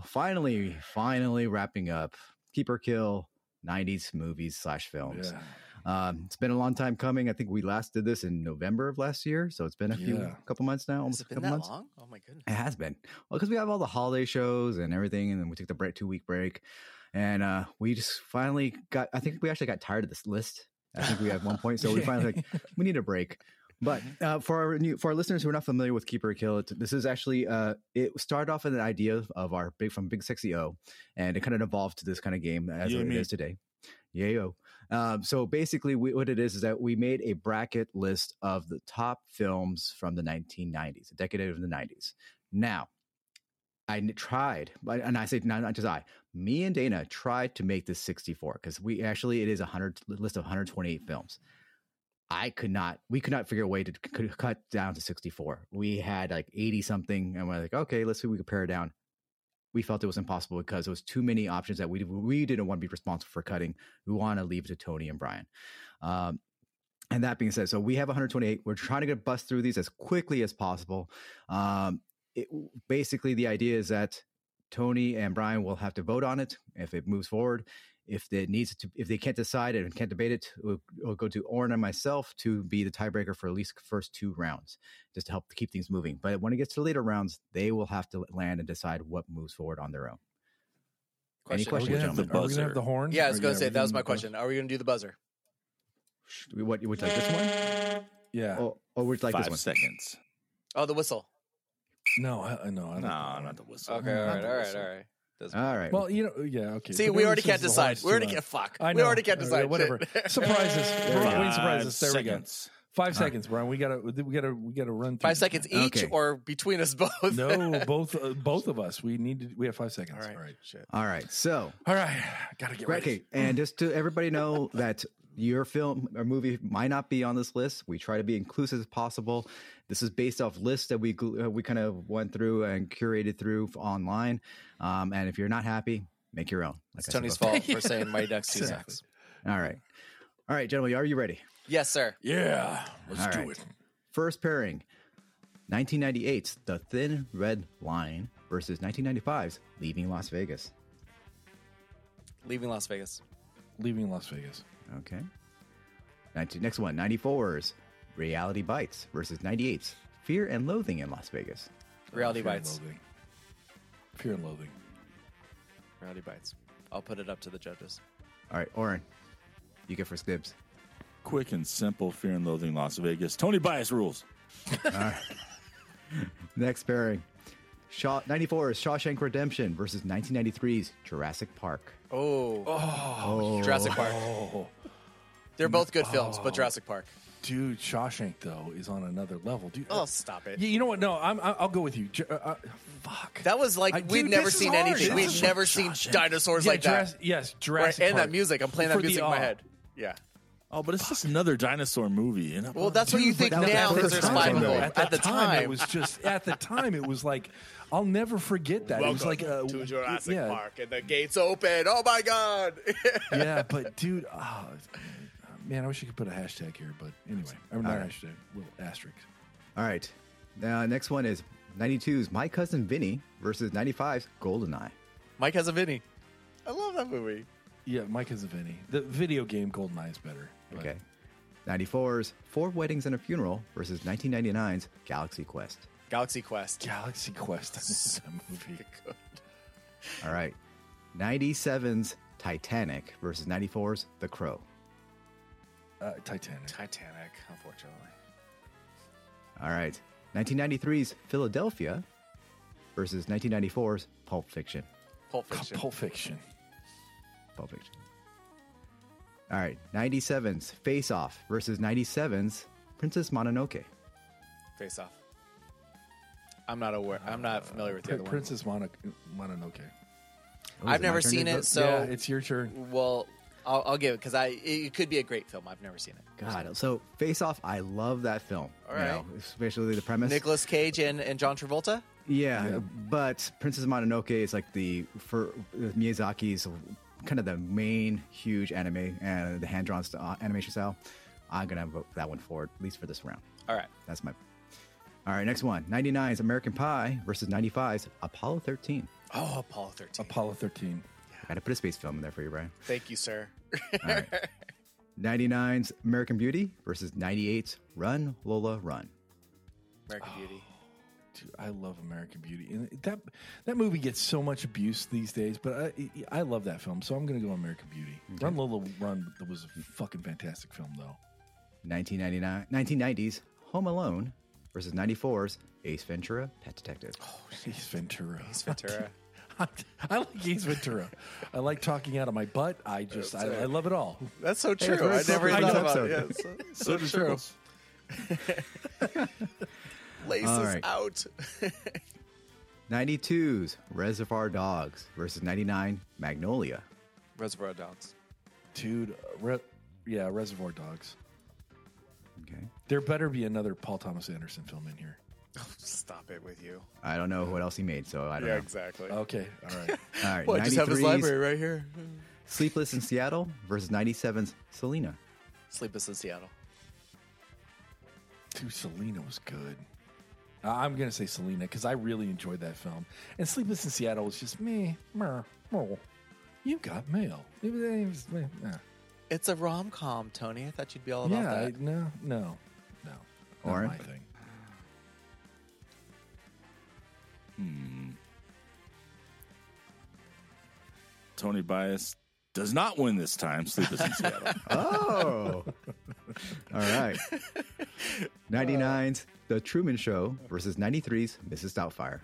finally, finally wrapping up Keep or Kill 90s movies slash films. Yeah. Um, it's been a long time coming. I think we last did this in November of last year, so it's been a few Yeah. couple months now, Has almost it a been couple that months. long? Oh my goodness. It has been. Well, because we have all the holiday shows and everything, and then we took the break two week break, and uh, we just finally got. I think we actually got tired of this list. I think we had one point, so we finally like we need a break. But uh, for our new, for our listeners who are not familiar with Keeper Kill, it, this is actually uh, it started off as an idea of our big from Big Sexy O, and it kind of evolved to this kind of game as Yeah, what it me. is today. Yayo. Um, so basically, we, what it is is that we made a bracket list of the top films from the 1990s, a decade of the 90s. Now, I n- tried, but- and I say not, not just I, me and Dana tried to make this 64 because we actually it is a hundred list of 128 films. I could not, we could not figure a way to c- cut down to 64. We had like 80 something, and we're like, okay, let's see if we could pare it down. We felt it was impossible because there was too many options that we we didn't want to be responsible for cutting. We want to leave it to Tony and Brian. Um, and that being said, so we have 128. We're trying to get bust through these as quickly as possible. Um, it, basically, the idea is that Tony and Brian will have to vote on it if it moves forward. If it needs to, if they can't decide it and can't debate it, we'll, we'll go to Oren and myself to be the tiebreaker for at least first two rounds, just to help keep things moving. But when it gets to later rounds, they will have to land and decide what moves forward on their own. Question. Are we Any questions, gonna have the, gentlemen? gentlemen. are we gonna have Buzzer. the horn? Yeah, I was Or- going to yeah, say we that was can- my question. Are we going to do the buzzer? What you would like this one, Yeah. or, or would you like Five this one? seconds. Oh, the whistle. No, I, I- no, I don't No, think- not the whistle. Okay, all Not right, the all right, whistle. all right. Doesn't All right. Well, you know, yeah, okay. See, But we everyone already says can't the decide. horn's We already too can't loud. fuck. We I know. already can't All decide. right, shit. Whatever. Surprises. Brian Five surprises. There we go. seconds. Five seconds, Brian. We gotta, we gotta, we gotta run. Five through- seconds each, Okay. or between us both. No, both, uh, both of us. We need to. We have five seconds. All right. shit. All right. So All right, gotta get Right, ready. Okay, and just to everybody know that your film or movie might not be on this list. We try to be inclusive as possible. This is based off lists that we gl- uh, we kind of went through and curated through f- online. Um, and if you're not happy, make your own. Like It's I said Tony's before. fault for saying Mighty Ducks two Exactly. sucks. All right, all right, gentlemen, are you ready? Yes, sir. Yeah, let's All do right. it. First pairing: 1998's The Thin Red Line versus 1995's Leaving Las Vegas. Leaving Las Vegas. Leaving Las Vegas. Okay. 19, next one, 94's Reality Bites versus 98's Fear and Loathing in Las Vegas. Reality Fear and bites. loathing. Fear and loathing. Reality bites. I'll put it up to the judges. All right, Oren, you get first dibs. Quick and simple. Fear and Loathing, Las Vegas. Tony Bias rules. Next pairing, Shaw, 94's Shawshank Redemption versus 1993's Jurassic Park. Oh, Jurassic Park. Oh, They're both good films, but Jurassic Park. dude, Shawshank though is on another level, dude. uh, Oh, stop it. You, you know what? No, I'm, I- I'll go with you. Ju- uh, uh, fuck. That was like I- we'd dude, never this is seen hard. anything. This We'd is never hard. seen Shawshank. dinosaurs Yeah, like that. Jurassic- Yes, Right, Jurassic and that Park. music. I'm playing that For the uh, music in my awe. head. Yeah. Oh, but it's just another dinosaur movie. You know? Well, that's what you think that was now the because first there's time, five of though. them. At the time, it was just at the time it was like I'll never forget that. it was uh, like a, to Jurassic yeah, Park, and the gates open. Oh my God! yeah, but dude, oh, man, I wish you could put a hashtag here, but anyway, I'm not hashtag, little asterisk. All right, uh, next one is 92's My Cousin Vinny versus 95's Goldeneye. Mike has a Vinny. I love that movie. Yeah, Mike is a Vinny. The video game GoldenEye is better. but- Okay. 94's Four Weddings and a Funeral versus 1999's Galaxy Quest. Galaxy Quest. Galaxy Quest. I love that movie. All right. 97's Titanic versus 94's The Crow. Uh, Titanic. Titanic, unfortunately. All right. 1993's Philadelphia versus 1994's Pulp Fiction. Pulp God, Fiction. Pulp Fiction. Pulp Fiction. All right. 97's Face Off versus 97's Princess Mononoke. Face Off. I'm not aware. I'm not familiar with the Pri- other one. Princess Mono- Mononoke. I've Oh, is it my never turn to seen vote? it, so yeah, it's your turn. well, I'll, I'll give it because I it could be a great film. I've never seen it. God. So Face Off, I love that film. All you right. know, especially the premise. Nicolas Cage and, and John Travolta. Yeah, but Princess Mononoke is like the for uh, Miyazaki's kind of the main huge anime and the hand drawn st- uh, animation style. I'm gonna vote that one forward, at least for this round. All right, That's my. All right, next one. 99's American Pie versus 95's Apollo 13. Oh, Apollo 13. Apollo 13. I gotta put a space film in there for you, Brian. Thank you, sir. All right. 99's American Beauty versus 98's Run Lola Run. American Beauty. Dude, I love American Beauty, and that that movie gets so much abuse these days. But I I love that film, so I'm gonna go American Beauty. Run Lola Run was a fucking fantastic film, though. 1999, 1990's Home Alone versus 94's Ace Ventura: Pet Detective. Oh, Ace Ventura. Ace Ventura. I, like Ace Ventura. I like talking out of my butt. I just I, I love it all. That's so true. very I never appropriate thought about for it. this Yeah, it's so, so does true. Pickles. Laces All right. out. 92's Reservoir Dogs versus 99 Magnolia. Reservoir Dogs. Dude, uh, re- yeah, Reservoir Dogs. Okay. There better be another Paul Thomas Anderson film in here. Stop it with you. I don't know what else he made, so I don't Yeah, know. exactly. Okay, all right. All right. Well, I just have his 93's library right here. Sleepless in Seattle versus 97's Selena. Sleepless in Seattle. Dude, Selena was good. I- I'm gonna say Selena because I really enjoyed that film. And Sleepless in Seattle was just me. You got mail. It was- it was- meh, nah. It's a rom com, Tony. I thought you'd be all about Yeah, I- that. no, no, no. Not Oren? my thing. Tony Bias does not win this time. Sleepless in Seattle. Oh. All right. 99's The Truman Show versus 93's Mrs. Doubtfire.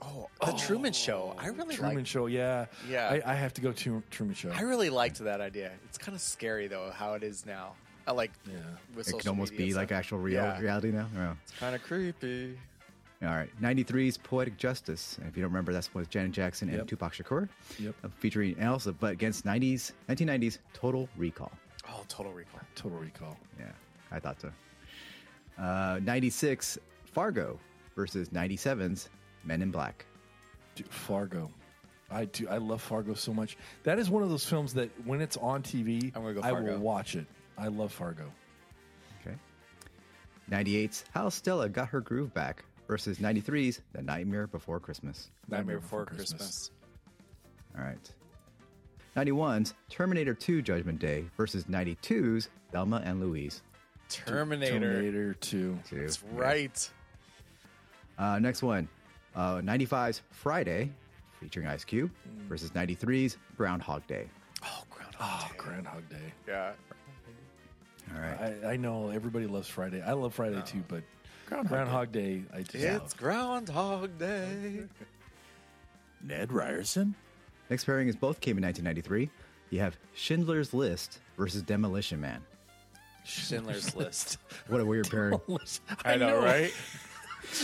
Oh, the Oh, Truman Show. I really Truman liked. Show. Yeah, Yeah. I, I have to go to Truman Show. I really liked that idea. It's kind of scary though how it is now. I like yeah. with It social could almost media be and like stuff. actual real Yeah. reality now. Yeah. It's kind of creepy. All right, 93's Poetic Justice. And if you don't remember, that's with Janet Jackson and Yep. Tupac Shakur Yep. uh, featuring Elsa, but against 90s, 1990s Total Recall. Oh, Total Recall. Total Recall. Yeah, I thought so. Uh, 96, Fargo versus 97's Men in Black. Dude, Fargo. I do. I love Fargo so much. That is one of those films that when it's on TV, I'm gonna go I Fargo. will watch it. I love Fargo. Okay. 98's How Stella Got Her Groove Back versus 93's The Nightmare Before Christmas. Nightmare Before Christmas. All right. 91's Terminator 2 Judgment Day versus 92's Thelma and Louise. Terminator. Terminator Two. Two. That's right. Uh, next one, uh, 95's Friday, featuring Ice Cube, versus 93's Groundhog Day. Oh, Groundhog. Oh, Groundhog Day. Yeah. All right. I, I know everybody loves Friday. I love Friday too, but Groundhog, Day. I just It's Groundhog Day. Ned Ryerson. Next pairing is both came in 1993. You have Schindler's List versus Demolition Man. Schindler's List. What a weird pairing. love. I know, right?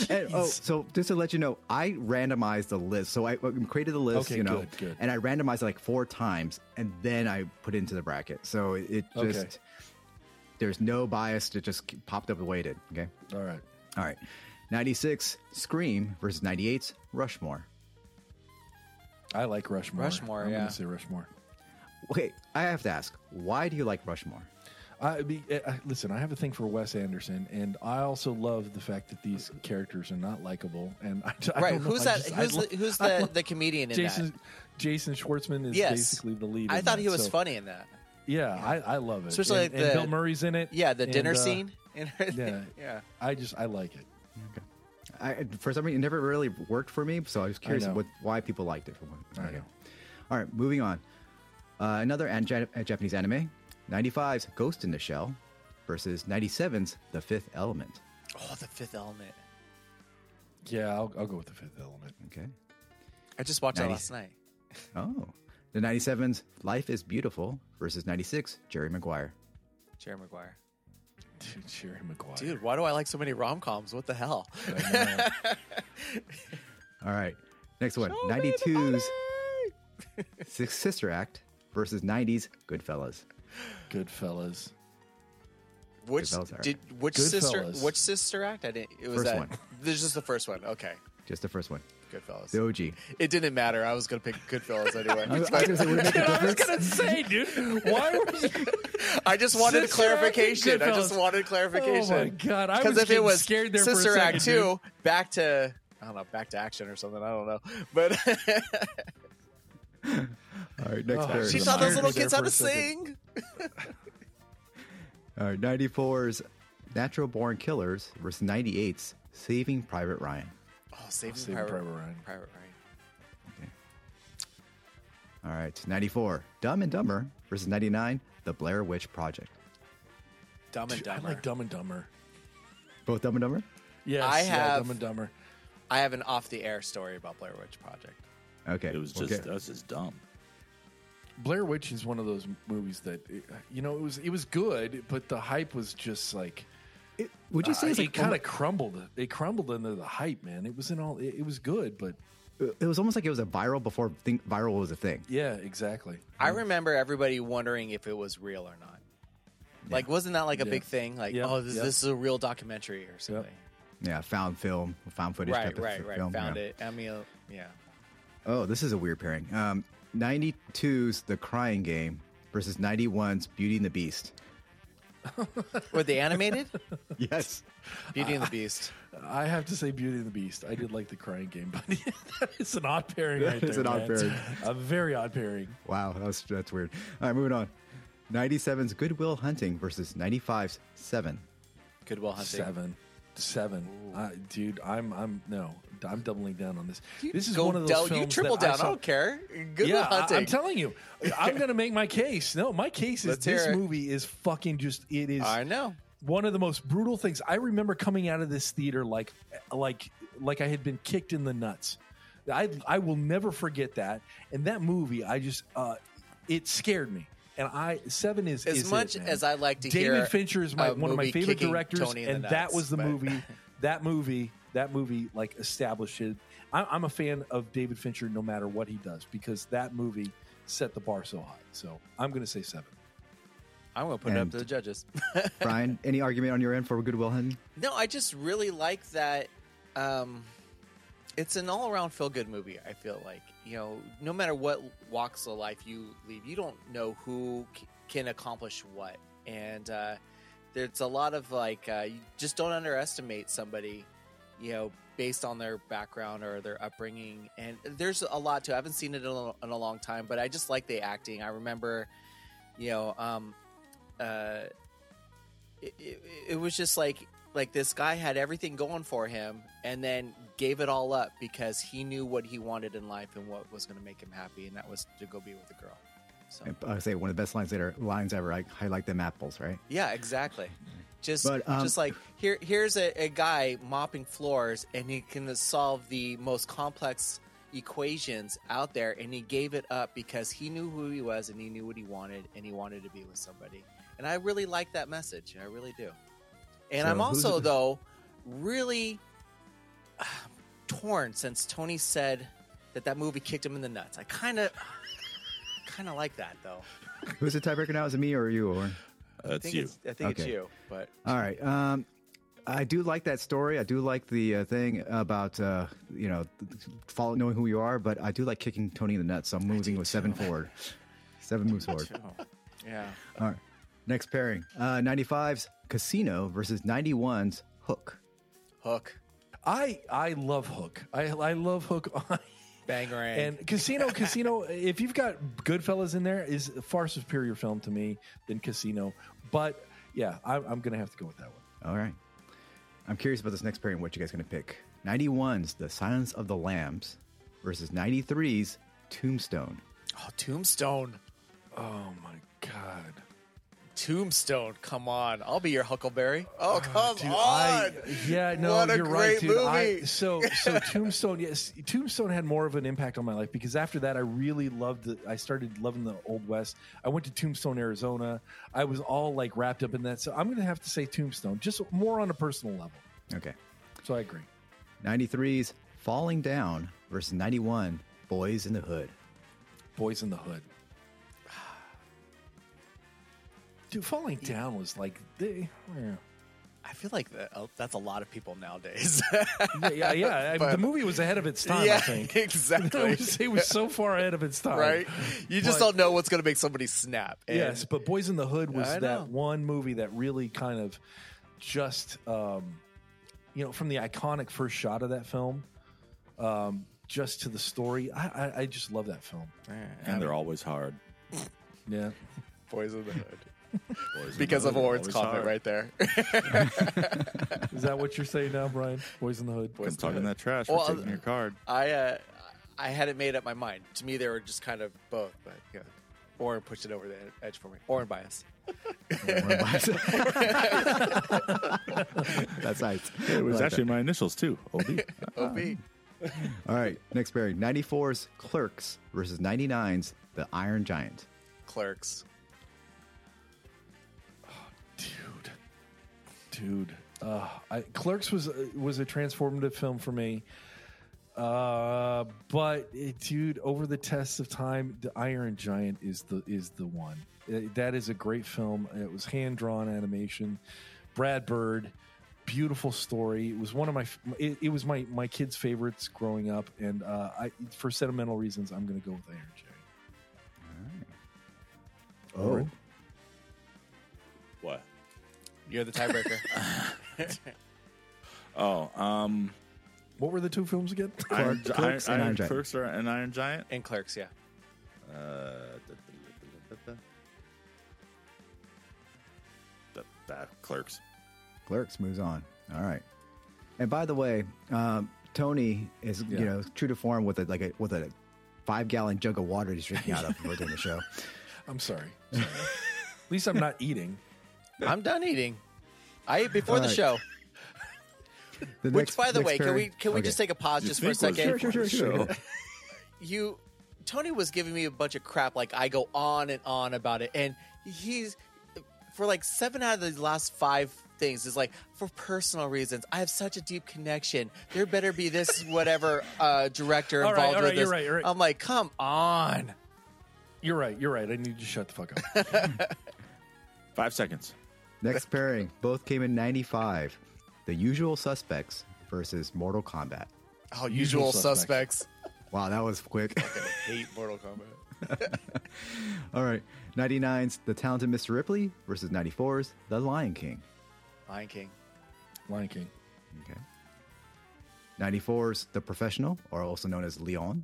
And, oh, so just to let you know, I randomized the list. So I uh, created the list, Okay, you know, good, good. and I randomized it like four times, and then I put it into the bracket. So it, it Okay. just there's no bias. It just popped up the way it did. Okay. All right. All right. 96 Scream versus 98's Rushmore. I like Rushmore. Rushmore, I'm yeah. gonna say Rushmore. Okay, I have to ask, why do you like Rushmore? I, be- I, I- listen, I have a thing for Wes Anderson, and I also love the fact that these characters are not likable. And I, I right. don't know, Who's I that? just- I who's lo- the, who's I the, love- the comedian in Jason? that? Jason Schwartzman is Yes. basically the lead. I in thought that, he was so- funny in that. Yeah, I, I love it. Especially and, like and the- Bill Murray's in it. Yeah, the dinner and, uh, scene and everything. yeah. Yeah. I just I like it. I, for some reason, it never really worked for me, so I was curious know. what, why people liked it. For one. I Okay. know. All right, moving on. Uh, another an- Ja- uh, Japanese anime, 95's Ghost in the Shell versus 97's The Fifth Element. Oh, the Fifth Element. Yeah, I'll, I'll go with the Fifth Element. Okay. I just watched that 90s. last night. Oh. The 97's Life is Beautiful versus 96 Jerry Maguire. Jerry Maguire. Dude, Jerry Maguire. Dude, why do I like so many rom coms? What the hell? All right. Next one, Oh, 92's Six Sister Act versus 90's Goodfellas. Goodfellas. Which Goodfellas, alright. did which sister Goodfellas. which sister act? I didn't. It was First that. one. This is the first one. Okay, Just the first one. Goodfellas. The OG. It didn't matter. I was gonna pick Goodfellas anyway. I was, I was gonna say, would it make a difference? say, dude, why were you? I just wanted Sister clarification. Act and I just Goodfellas. wanted clarification. Oh my God, I was if it getting was scared there for a Sister Act second, two, back to I don't know, back to action or something. I don't know. But All right, next Oh, pair. There's she a taught minor those little there kids for how a to second. sing. All right, 94's Natural Born Killers versus 98's Saving Private Ryan. Oh, Saving, Saving Private, Private Ryan. Private Ryan. All right, 94, Dumb and Dumber versus 99, The Blair Witch Project. Dumb and Dude, I Dumber. like Dumb and Dumber. Both Dumb and Dumber? Yes, I yeah, have- Dumb and Dumber. I have an off the air story about Blair Witch Project. Okay. It was we'll just uh, get- us is dumb. Blair Witch is one of those movies that you know it was it was good, but the hype was just like It- would you say uh, it's it like kind of almo- crumbled. It crumbled under the hype, man. It was in all. It, it was good, but it was almost like it was a viral before thing, viral was a thing. yeah, exactly. I remember everybody wondering if it was real or not. Like, wasn't that like a Yeah. big thing? Like, Yeah, oh, this, yeah. this is a real documentary or something. Yeah, found film, found footage. Right, type of right, right. film, Found yeah. it. I mean, uh, yeah. Oh, this is a weird pairing. Um, 92's The Crying Game versus 91's Beauty and the Beast. Were they animated? Yes. Beauty and the Beast. I have to say, Beauty and the Beast. I did like the crying game, but it's an odd pairing, right It's there. an odd man. pairing. A very odd pairing. Wow, that's that's weird. All right, moving on. 97's Goodwill Hunting versus 95's Seven. Goodwill Hunting. Seven, seven. I, dude, I'm I'm no, I'm doubling down on this. this is Go one of those del- films You triple that I down. I, saw- don't care. Goodwill I- Hunting. I'm telling you, I'm gonna make my case. No, my case is Let's hear this it. movie is fucking just it is I know. one of the most brutal things I remember coming out of this theater like like like I had been kicked in the nuts. I I will never forget that. And that movie, I just uh it scared me. And I seven is As is it, much man. as I like to hear David Fincher is my, a one of my movie favorite kicking directors, Tony in the and that nuts, was the but- movie. That movie. That movie like established it. I, I'm a fan of David Fincher, no matter what he does, because that movie set the bar so high. So I'm going to say seven. I'm going to put it up And- to the judges. Brian, any argument on your end for Goodwill Hunting? No, I just really like that. Um, it's an all around feel good movie. I feel like you know, no matter what walks of life you leave, you don't know who c- can accomplish what, and uh, there's a lot of like uh, you just don't underestimate somebody, you know, based on their background or their upbringing. And there's a lot to. it. I haven't seen it in a, in a long time, but I just like the acting. I remember, you know, um, uh, it, it, it was just like like this guy had everything going for him and then gave it all up because he knew what he wanted in life and what was going to make him happy and that was to go be with a girl so I say one of the best lines later lines ever. I highlight them apples, right? yeah exactly just But, um, just like here here's a, a guy mopping floors and he can solve the most complex equations out there and he gave it up because he knew who he was and he knew what he wanted and he wanted to be with somebody and i really like that message i really do and So i'm who's also it- though really uh, torn since tony said that that movie kicked him in the nuts i kind of kind of like that though Who's the tiebreaker now? Is it me or you? Or i That's think you. it's i think it's Okay. you but all right. Um, I do like that story. I do like the uh, thing about uh, you know follow, knowing who you are, but I do like kicking Tony in the nuts. So I'm moving with seven forward. Seven moves forward. yeah All right. Next pairing: uh, 95's Casino versus 91's Hook. hook I I love Hook. I I love Hook. Bangarang. and Casino Casino. If you've got Goodfellas in there, is a far superior film to me than Casino. But yeah, I, I'm going to have to go with that one. All right. I'm curious about this next pairing. What you guys going to pick? 91's The Silence of the Lambs versus 93's Tombstone. oh, Tombstone. Oh my god. Tombstone. Come on. I'll be your Huckleberry. Oh, come Dude, on. I- yeah, no, What a you're right, great dude. I, movie. so, so Tombstone, yes, Tombstone had more of an impact on my life because after that, I really loved. The, I started loving the Old West. I went to Tombstone, Arizona. I was all like wrapped up in that. So, I'm going to have to say Tombstone, just more on a personal level. Okay. So, I agree. 93's Falling Down versus 91 Boys in the Hood. Boys in the Hood. Dude, falling down was like, they, yeah, I feel like that, oh, that's a lot of people nowadays. yeah, yeah. yeah. I- the But- movie was ahead of its time. I yeah, think it exactly. was, it was so far ahead of its time, right? You just But- don't know what's going to make somebody snap. And yes, but Boys in the Hood was I that know. one movie that really kind of just, um, you know, from the iconic first shot of that film, um, just to the story. I, I, I just love that film. And they're always hard. Yeah. Boys in the Hood. Boys in Because the of Hood are Oren's always comment hard. right there. Is that what you're saying now, Brian? Boys in the Hood. I'm talking that trash. We're Well, taking your card. I uh, I hadn't made up my mind. To me, they were just kind of both, but yeah. Oren pushed it over the edge for me. Oren bias. That's nice. It was I like actually my initials too. OB. OB. that. All right. Next pairing 94's Clerks versus 99's The Iron Giant. Clerks. dude dude uh, I, clerks was was a transformative film for me uh Uh, but eh, dude, over the test of time, the Iron Giant is the is the one. Eh, That is a great film. It was hand drawn animation. Brad Bird, beautiful story. It was one of my f- it, it was my my kids' favorites growing up, and uh, I for sentimental reasons, I'm going to go with Iron Giant. Oh, What? You're the tiebreaker. Oh, um, What were the two films again? Iron, Gi- Clerks and Iron, Iron Iron Giant. Clerks or an Iron Giant. and clerks, yeah. Uh, da- da- da- da- da- da. Da- da- Clerks. Clerks moves on. All right. And by the way, um, Tony is you know true to form with a like a with a five gallon jug of water he's drinking out of when we're doing the show. I'm sorry. sorry. At least I'm not eating. I'm done eating. I ate before All the right. show. The Which, next- by the next way, can pair- we can we okay. just take a pause You just for a think was second? Sure, sure, sure, sure. Show. you Tony was giving me a bunch of crap like I go on and on about it and he's for like 7 out of the last 5 things is like for personal reasons I have such a deep connection there better be this whatever uh director All right, involved all with right, this you're right, you're right. I'm like come on You're right. You're right. I need you to shut the fuck up. Five seconds. Next pairing, both came in '95. The Usual Suspects versus Mortal Kombat. oh Usual usual, Suspects. suspects Wow, that was quick. hate Mortal Kombat All right, '99's The Talented Mr. Ripley versus '94's The Lion King. Lion King Lion King. Okay. 94's The Professional, or also known as Leon,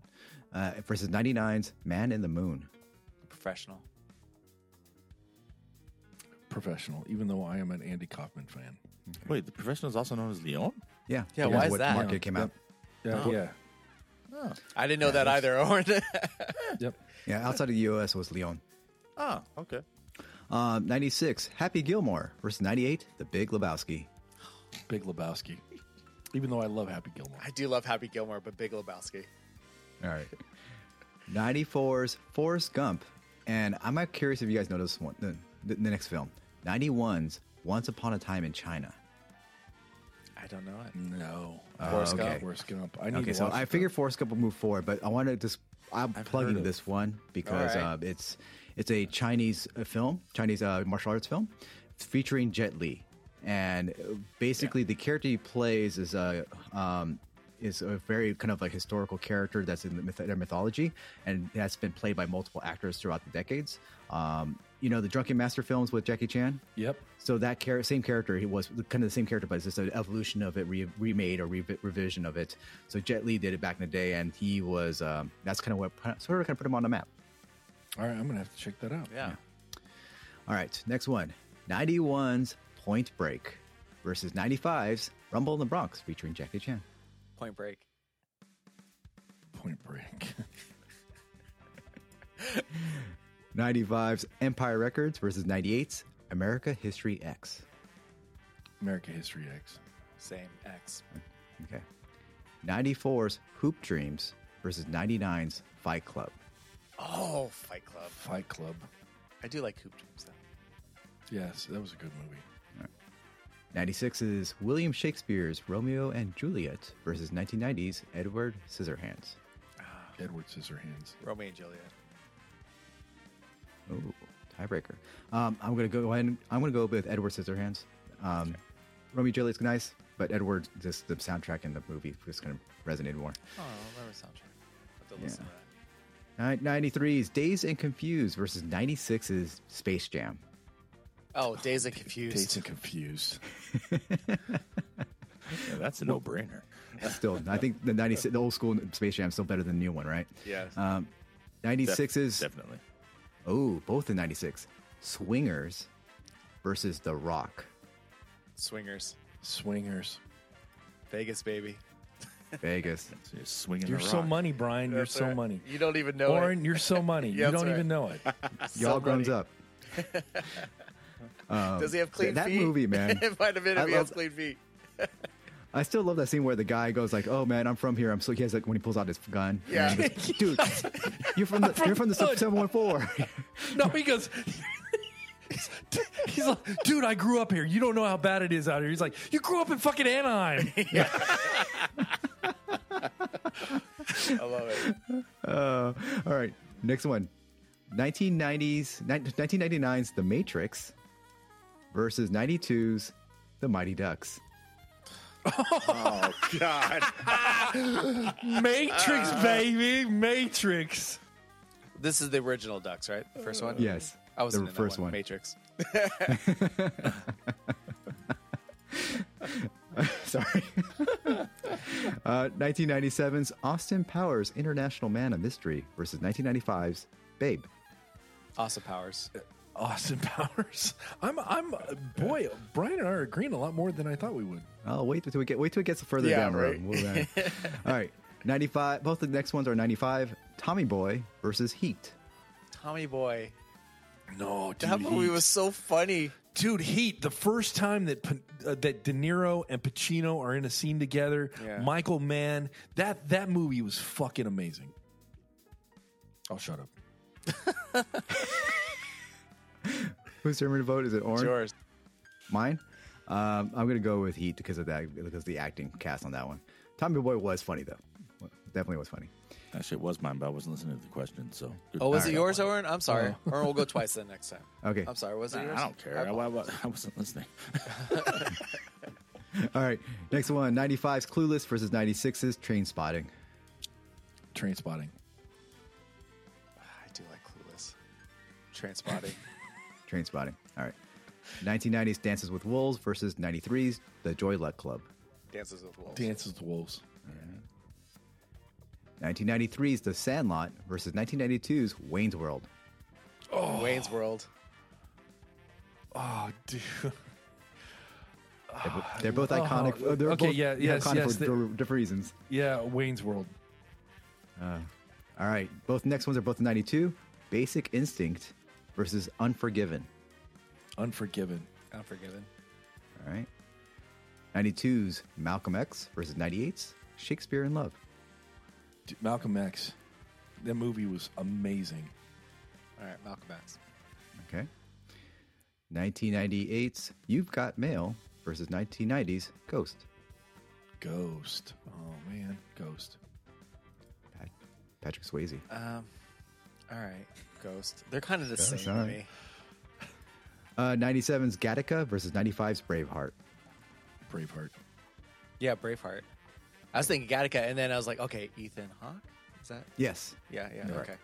uh, versus 99's Man in the Moon. professional Professional, even though I am an Andy Kaufman fan. Wait, the professional is also known as Leon. Yeah. Yeah, because why of is what that? Market came out. Yeah. Yeah. I didn't know that either Orin Yep. Yeah, outside of the US was Leon. Oh, okay. Um, 96, Happy Gilmore versus 98, The Big Lebowski. Big Lebowski. Even though I love Happy Gilmore. I do love Happy Gilmore but Big Lebowski All right. 94's Forrest Gump. And I'm not curious if you guys know this one, the, the, the next film. 91's Once Upon a Time in China. I don't know it No. Forrest okay. Gump. Forrest Gump. I need Okay, to so watch I that. figured Forrest Gump will move forward, but I want to just I'm plugging heard of- this one because All right. uh, it's it's a Chinese uh, film, Chinese uh, martial arts film, featuring Jet Li, and uh, basically the character he plays is a um, is a very kind of like historical character that's in the myth- their mythology, and that's been played by multiple actors throughout the decades. Um, you know the Drunken Master films with Jackie Chan. Yep. So that char- same character, he was kind of the same character, but it's just an evolution of it, re- remade or re- revision of it. So Jet Li did it back in the day, and he was um, that's kind of what put- sort of kind of put him on the map. All right. I'm going to have to check that out. yeah All right, next one, 91's Point Break versus 95's Rumble in the Bronx featuring Jackie Chan. Point Break Point Break. 95's Empire Records versus 98's America History X. America History X. same X Okay, 94's Hoop Dreams versus 99's Fight Club. Oh, Fight Club. Fight Club. I do like Hoop Dreams though. Yes. That was a good movie. 96 is William Shakespeare's Romeo and Juliet versus 1990's Edward Scissorhands. Edward Scissorhands. Romeo and Juliet. Oh, tiebreaker. Um, I'm gonna go ahead. And, I'm gonna go with Edward Scissorhands. Um, Romeo and Juliet's nice, but Edward just the soundtrack in the movie just kind of resonated more. Oh, I don't remember the soundtrack. I have to listen Yeah. to that. Ni- 93 is Days and Confused versus 96 is Space Jam. Oh, Days of Confused. Dates and Confused. Yeah, that's a no-brainer. Still, I think the 96, the old school Space Jam, is still better than the new one, right? Yes. Um, 96 is Definitely. oh, both in 96. Swingers versus The Rock. Swingers. Swingers. Vegas, baby. Vegas. So you're swinging. You're the so rock. money, Brian. You're That's so right. money. You don't even know Warren, it. you're so money. Yeah, you that's don't right. even know it. Y'all grown Somebody- up. Um, Does he have clean that feet? movie, man. it might have been I if he has love- clean feet. I still love that scene where the guy goes like, "Oh man, I'm from here." I'm so he has like when he pulls out his gun. and Yeah. Oh he goes, dude, you're from the you're from the sub seven one four. No, he goes. He's like, dude, I grew up here. You don't know how bad it is out here. He's like, you grew up in fucking Anaheim. I love it. Uh, all right, next one. 1990s, 1999's The Matrix versus 92's The Mighty Ducks. Oh God. Matrix, baby, Matrix. This is the original Ducks, right? The first one. Yes, I was the in that first one. Matrix. Sorry. uh, 1997's Austin Powers International Man of Mystery versus 1995's Babe. Awesome powers. Austin Powers. I'm, I'm, boy, Brian and I are agreeing a lot more than I thought we would. Oh, wait until we get wait till it gets further Yeah, down the road. right. We'll, uh, all right, 95. Both the next ones are 95. Tommy Boy versus Heat. Tommy Boy. No, dude, That movie Heat. was so funny. dude Heat. The first time that P- uh, that De Niro and Pacino are in a scene together, Yeah. Michael Mann. That that movie was fucking amazing. Oh, I'll shut up. Who's your vote? Is it It's Orange? yours. Mine? Um, I'm going to go with Heat because of that, because of the acting cast on that one. Tommy Boy was funny, though. Definitely was funny. That shit was mine, but I wasn't listening to the question. So. good- Oh, was I it got yours, one. Oren? I'm sorry. Oren, we'll go twice then next time. Okay. I'm sorry. Was it Uh-huh. Nah, yours? I don't care. I, I, I wasn't listening. All right. Next one 95's Clueless versus 96's Train Spotting. Train spotting. I do like Clueless. Transpotting. Train Spotting. All right. 1990's Dances with Wolves versus 93's The Joy Luck Club. Dances with Wolves. Dances with Wolves. 1993's The Sandlot versus 1992's Wayne's World. Wayne's World. Oh, dude. They're, bo- they're both Oh, iconic. uh, They're okay, both yeah, yes, iconic yes, for they- di- different reasons. Yeah, Wayne's World. All right. Both next ones are both 92. Basic Instinct versus Unforgiven. Unforgiven. Unforgiven. All right. 92's Malcolm X versus 98's Shakespeare in Love. Dude, Malcolm X. That movie was amazing. All right, Malcolm X. Okay. 1998's You've Got Mail versus 1990's Ghost. Ghost. Oh man, Ghost. Pat- Patrick Swayze. Um, all right, Ghost. They're kind of the Ghost, same to all right. me. Uh, 97's Gattaca versus 95's Braveheart. Braveheart. Yeah, Braveheart. I was thinking Gattaca, and then I was like, okay, Ethan Hawke. Is that? Yes. Yeah, yeah. You're right. okay.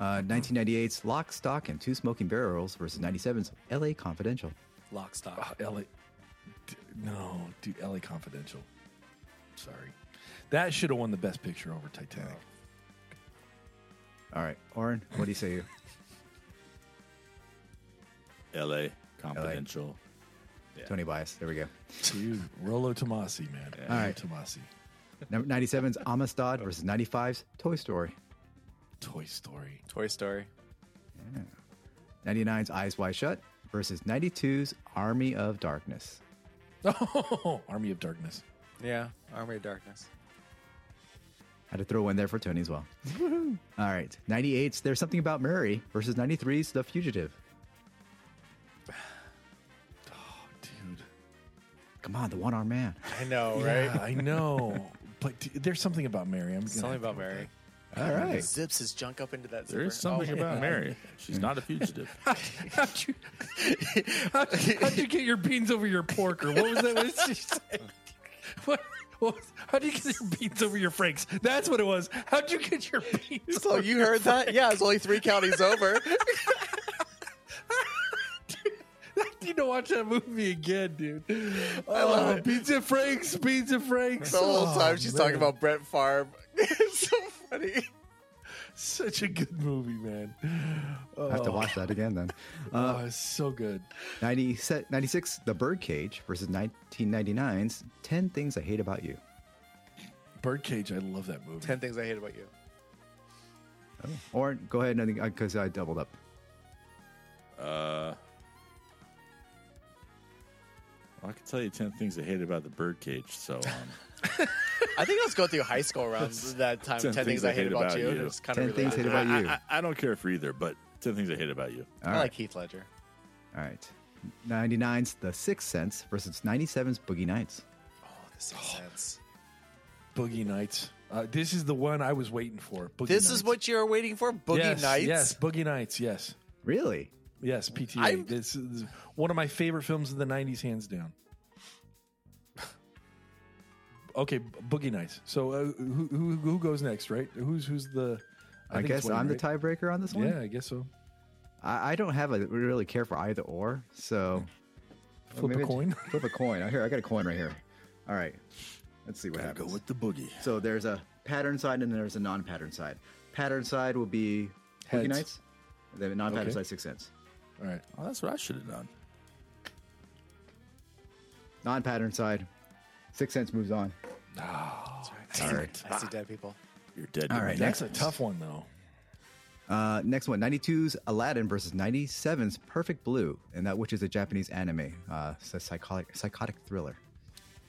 Uh, 1998's Lock, Stock, and Two Smoking Barrels versus 97's LA Confidential. Lock, stock. Ah, LA. D- no, dude, LA Confidential. Sorry. That should have won the best picture over Titanic. All right. Oren, what do you say here? L.A. Confidential. Tony Bias. There we go. Dude, Rolo Tomasi, man. All All right. right. Tomasi. Number 97's Amistad versus 95's Toy Story. Toy Story. Toy Story. 99's Eyes Wide Shut versus 92's Army of Darkness. Oh, Army of Darkness. Yeah, Army of Darkness. Had to throw one there for Tony as well. All right. 98's There's Something About Mary versus 93's The Fugitive. Dude. Come on, the one armed man. I know, Yeah, I know. But d- there's something about Mary. I'm gonna Something have to about go with Mary. All right. Zips his junk up into that. There is zipper. Oh. something about Mary. She's not a fugitive. that. How'd you, how'd, you- how'd you get your beans over your pork? Or what was that? What did she say? What, what was, how'd you get your beans over your franks? That's what it was. How'd you get your beans So you heard that? Yeah, it's only three counties over. I need to watch that movie again, dude. I love it. Pizza Franks, Pizza Franks. The whole Oh, time she's man. talking about Brent Favre. it's so funny. such a good movie, man. Oh, I have to watch that again then. Uh, oh, it's so good. 90, 96, The Birdcage versus 1999's 10 Things I Hate About You. Birdcage, I love that movie. Ten things I hate about you. Or go ahead and because I doubled up. Uh, well, I could tell you ten things I hate about the birdcage. So, um, I think I was going through high school around that time. Ten, things, I hate about, you. It's kind Ten of Things I Hate related. About I, You. I, I don't care for either, but ten things I hate about you. I like Heath Ledger. All right. 99's The Sixth Sense versus 97's Boogie Nights. Oh, this makes sense. Boogie Nights. Uh, this is the one I was waiting for. Boogie this Nights. is what you're waiting for, Boogie yes, Nights. Yes, Boogie Nights. Yes, Really? yes. PTA. I'm- This is one of my favorite films of the '90s, hands down. Okay, Boogie Nights. So uh, who, who who goes next? Right? Who's who's the? I, think it's guess Wayne, I'm right? the tiebreaker on this one. Yeah, I guess so. I, I don't have a really care for either or, so Or Flip a maybe I ju- coin. Flip a coin. I here. I got a coin right here. All right. Let's see what Gotta go happens. with the boogie. So there's a pattern side and then there's a non-pattern side. Pattern side will be Boogie Heads. Nights. The non-pattern Okay. side Six Sense. All right. Oh, that's what I should have done. Non-pattern side, Six Sense moves on. Ah, Damn it. I see dead people. You're dead. All to me. right, That's next. a tough one though. Uh, next one, 92's Aladdin versus 97's Perfect Blue, and that which is a Japanese anime. Uh, it's a psychotic, psychotic thriller.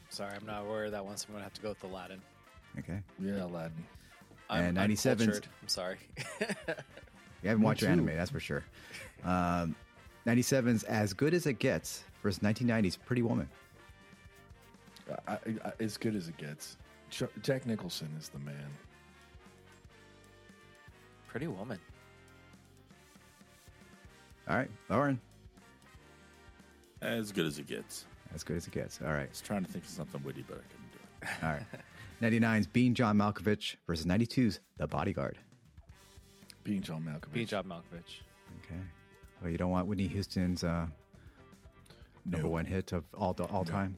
Sorry, I'm not aware of that one, so I'm gonna have to go with Aladdin. Okay. Yeah, Aladdin. I'm, And 97's uncultured. I'm sorry. You haven't watched your too. anime, that's for sure. Um, 97's As Good as It Gets versus 1990's Pretty Woman. I, I, I, as good as it gets. Ch- Jack Nicholson is the man. Pretty Woman. All right, Lauren. As good as it gets. As Good as It Gets. All right. I was trying to think of something witty, but I couldn't do it. All right. 99's Being John Malkovich versus 92's The Bodyguard. Being John Malkovich. Being John Malkovich. Okay. Well, you don't want Whitney Houston's uh, number one hit of all all time.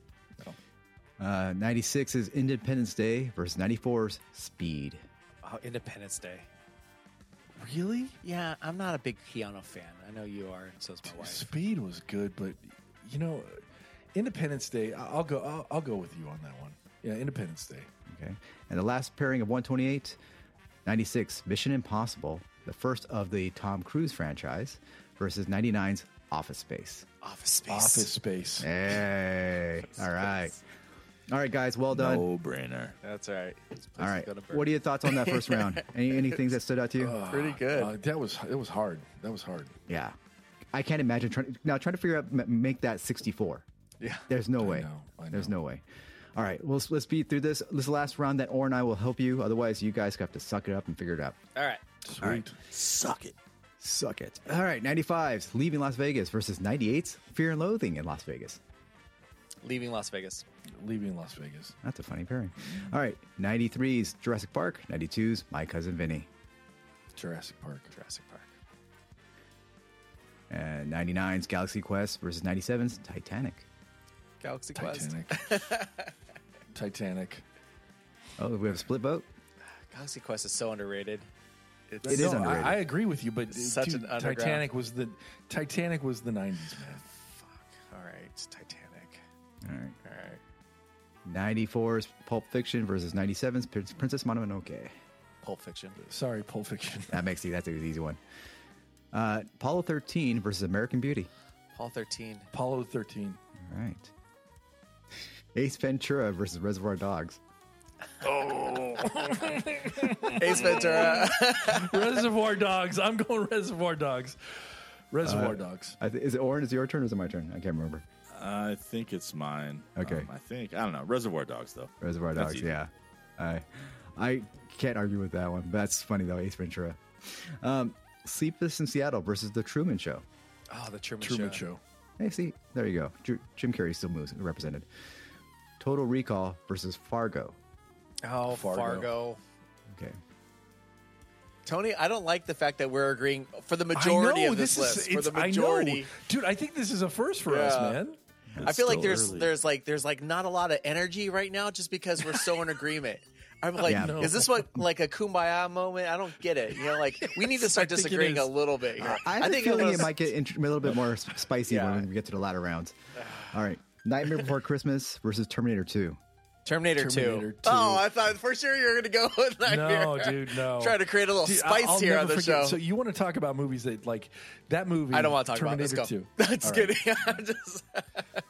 Uh, 96 is Independence Day versus 94's Speed. Oh, Independence Day. Really? Yeah, I'm not a big Keanu fan. I know you are, and so is my wife. Speed was good, but you know, Independence Day. I- I'll go. I'll, I'll go with you on that one. Yeah, Independence Day. Okay. And the last pairing of 128, 96 Mission Impossible, the first of the Tom Cruise franchise, versus 99's Office Space. Office Space. Office Space. Hey. all right. All right, guys. Well done. No brainer. That's right. This All place is right. gonna burn. What are your thoughts on that first round? Any, any things that stood out to you? Pretty good. Uh, that was. It was hard. That was hard. Yeah. I can't imagine trying now trying to figure out m- make that 64. Yeah. There's no I way. know, I There's no way. All right, well, let's, let's beat through this. This last round that Or and I will help you. Otherwise, you guys have to suck it up and figure it out. All right. Sweet. Suck it. Suck it. All right, 95's Leaving Las Vegas versus 98's Fear and Loathing in Las Vegas. Leaving Las Vegas. Leaving Las Vegas. That's a funny pairing. Mm. All right, 93's Jurassic Park, 92's My Cousin Vinny, Jurassic Park. Jurassic Park. and 99's Galaxy Quest versus 97's Titanic. Galaxy Quest. Titanic. Titanic. Oh, we have a split vote? Galaxy Quest is so underrated. It's, It is No, underrated. I, I agree with you, but uh, Such dude, an underground- Titanic was the Titanic was the nineties, man. All right. Titanic. All right. All right. 94's Pulp Fiction versus 97's Prin- Princess Mononoke. Pulp Fiction. Sorry, Pulp Fiction. That makes it, that's an easy one. Uh, Apollo 13 versus American Beauty. Paul 13. Apollo thirteen. All right. Ace Ventura versus Reservoir Dogs. Ace Ventura. Reservoir Dogs. I'm going Reservoir Dogs. Uh, Reservoir Dogs. I th- is it Orin? Is it your turn or is it my turn? I can't remember. I think it's mine. Okay. Um, I think. I don't know. Reservoir Dogs, though. Reservoir That's Dogs, easy. yeah. I, I can't argue with that one. That's funny, though, Ace Ventura. Um, Sleepless in Seattle versus The Truman Show. Oh, the Truman, Truman Show. Show. Hey, see, there you go. Ju- Jim Carrey still moves represented. Total Recall versus Fargo. Oh, Fargo. Fargo. Okay. Tony, I don't like the fact that we're agreeing for the majority of this, list. For it's- the I know. majority. dude. I think this is a first for us, Yeah. man. I feel like still there's early. there's like there's like not a lot of energy right now just because we're so in agreement. I'm like, Yeah. is this what like a kumbaya moment? I don't get it. You know, like we need to start I think it disagreeing a is. little bit here. I have a feeling it'll- it might get int- a little bit more s- spicy Yeah. when we get to the latter rounds. All right. Nightmare Before Christmas versus Terminator 2. Terminator, Terminator 2. 2. Oh, I thought for sure you were gonna go with Nightmare. No, dude, no. Trying to create a little Dude, I- spice I'll here never on the forget- show. So you want to talk about movies that like that movie? I don't want to talk Terminator about this. 2. Go. That's All right. kidding. I'm just,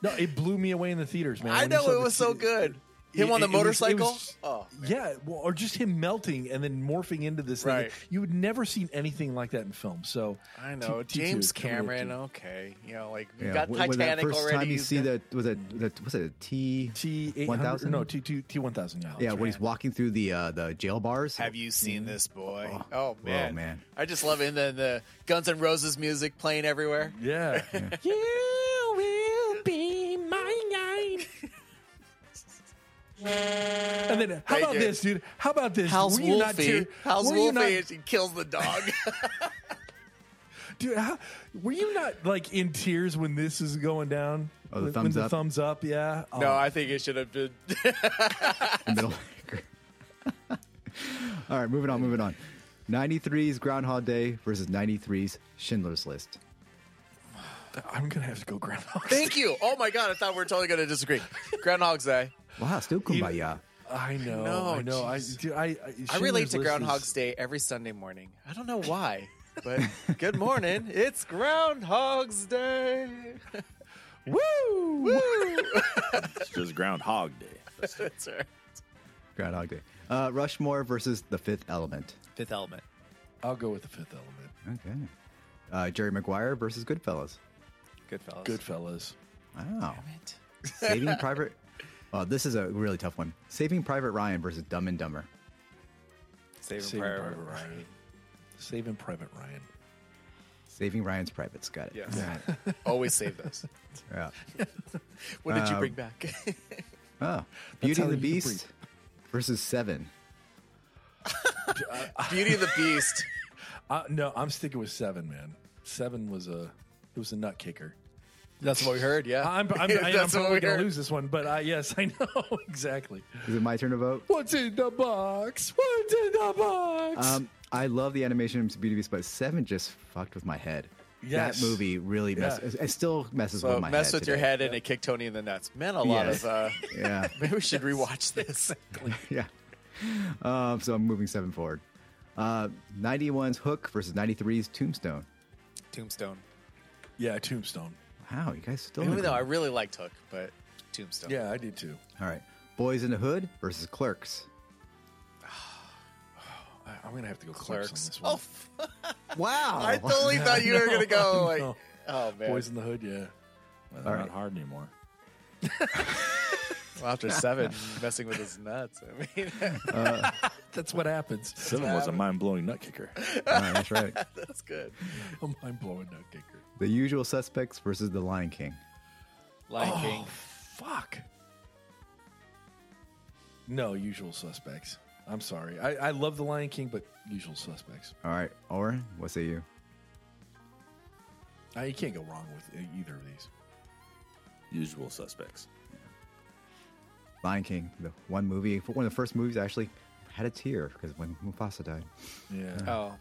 No, it blew me away in the theaters, man. I When you know saw it the was so t- good. Him It- on the it- it was- it motorcycle. was- oh, yeah, well, or just him melting and then morphing into this thing. Right. You would never seen anything like that in film. So I know T- T2, James come here, Cameron. oh. T- Okay, you know, like we Yeah, got when- when that Titanic first already. time you he's see got- that was that that was it a T T eight hundred, 1000? no T two T one thousand. Yeah, yeah, when he's walking through the uh, the jail bars. Have you seen this boy? Oh, man. man. I just love it. And then the Guns N' Roses music playing everywhere. yeah. You will be mine. And then how They about did. this, dude? How about this? How's Were you not tear- Wolfie? How's were you Wolfie? not- And she kills the dog. dude? How, were you not like in tears when this is going down? Oh, When- the when thumbs the up? thumbs up, yeah. no, Oh, I think it should have been. the middle finger. All right, moving on, moving on. 93's Groundhog Day versus 93's Schindler's List. I'm gonna have to go Groundhog. Day. Thank you. Oh my god, I thought we were totally going to disagree. Groundhog's Day. Wow, still kumbaya. I know, No, I know. I, jeez. dude, I, I relate Schindler's to List Groundhog's is- Day every Sunday morning. I don't know why, but good morning. It's Groundhog's Day. Woo! Woo! It's just Groundhog Day. That's right. Groundhog Day. Uh, Rushmore versus The Fifth Element. Fifth Element. I'll go with the Fifth Element. Okay. Uh, Jerry Maguire versus Goodfellas. Goodfellas. Goodfellas. Wow. It. Saving Private. Oh, this is a really tough one. Saving Private Ryan versus Dumb and Dumber. Saving, Saving Private, Private Ryan. Ryan. Saving Private Ryan. Saving Ryan's Privates. Got it. Yes. Always save those. Yeah. Oh. What did you Um, bring back? Oh, Beauty how and the you can breathe. Beast versus Seven. Beauty and the Beast. Uh, no, I'm sticking with seven, man. Seven was a it was a nut kicker. That's what we heard. Yeah, I'm, I'm, I, am probably gonna lose this one, but uh, yes, I know exactly. Is it my turn to vote? What's in the box? What's in the box? Um, I love the animation in Beauty and the Beast, but Seven just fucked with my head. Yes. That movie really mess. Yeah. It still messes So with my mess head. with your today. head and it kicked Tony in the nuts. Man, a lot Yes. of. Uh, Yeah. maybe we should rewatch this. yeah. Um, so I'm moving seven forward. Uh, 91's Hook versus 93's Tombstone. Tombstone. yeah, Tombstone. Wow, you guys still. Even in though I agreement. really liked Hook, but Tombstone. Yeah, I did too. All right, Boys in the Hood versus Clerks. I, I'm gonna have to go clerks, on Clerks. this one. Oh, f- Wow. I totally thought you were gonna go like, no. oh man, Boys in the Hood. Yeah, Well, All they're right. not hard anymore. Well, after seven, messing with his nuts. I mean, that's what happens. Seven was a mind blowing nut kicker. All right, that's right. that's good. I'm mind blowing nut kicker. The Usual Suspects versus The Lion King. Lion King. Oh, Fuck. No, Usual Suspects. I'm sorry. I, I love The Lion King, but Usual Suspects. All right, Oren, what say you? Uh, you can't go wrong with e- either of these. Usual suspects. Lion King, the one movie, one of the first movies I actually had a tear because when Mufasa died. Yeah. Oh,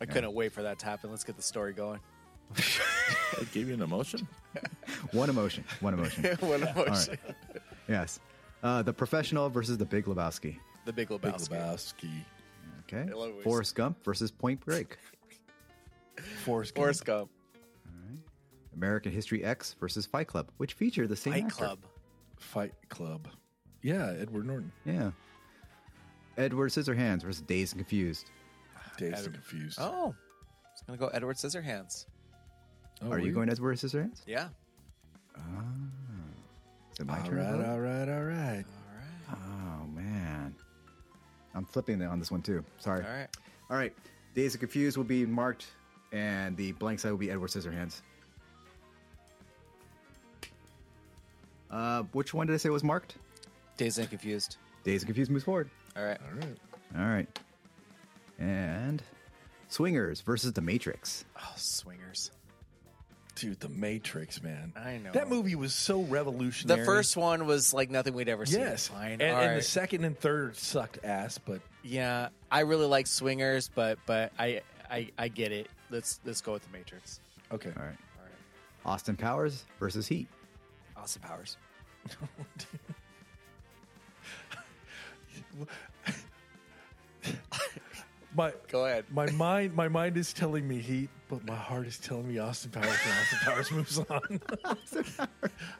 I couldn't wait for that to happen. Let's get the story going. That gave you an emotion? One emotion, one emotion. what emotion? All right. Yes. Uh, the Professional versus The Big Lebowski. The Big Big Lebowski. Lebowski. Okay. love what we Forrest Gump versus Point Break. Forrest Gump. Forrest Gump. American History X versus Fight Club, which feature the same Fight actor. Club. Fight Club. Yeah, Edward Norton. Yeah. Edward Scissorhands versus Dazed and Confused. Dazed and confused. Oh, it's gonna go Edward Scissorhands. Oh, Are we- you going Edward Scissorhands? Yeah. Is it my All turn to right, vote? all right, all right. All right. Oh man, I'm flipping on this one too. Sorry. All right. All right. Dazed and Confused will be marked, and the blank side will be Edward Scissorhands. Uh, which one did I say was marked? Dazed and confused. Dazed and Confused moves forward. All right. All right. All right. And Swingers versus The Matrix. Oh, swingers. Dude, The Matrix, man. I know. That movie was so The revolutionary. first one was like nothing we'd ever seen. Yes. Fine. And, All and the right. second and third sucked ass, but yeah, I really like swingers, but but I I, I get it. Let's let's go with the Matrix. okay. All right. All right. Austin Powers versus Heat. Austin Powers. my Go ahead. my mind my mind is telling me heat, but my heart is telling me Austin Powers and Austin Powers moves on.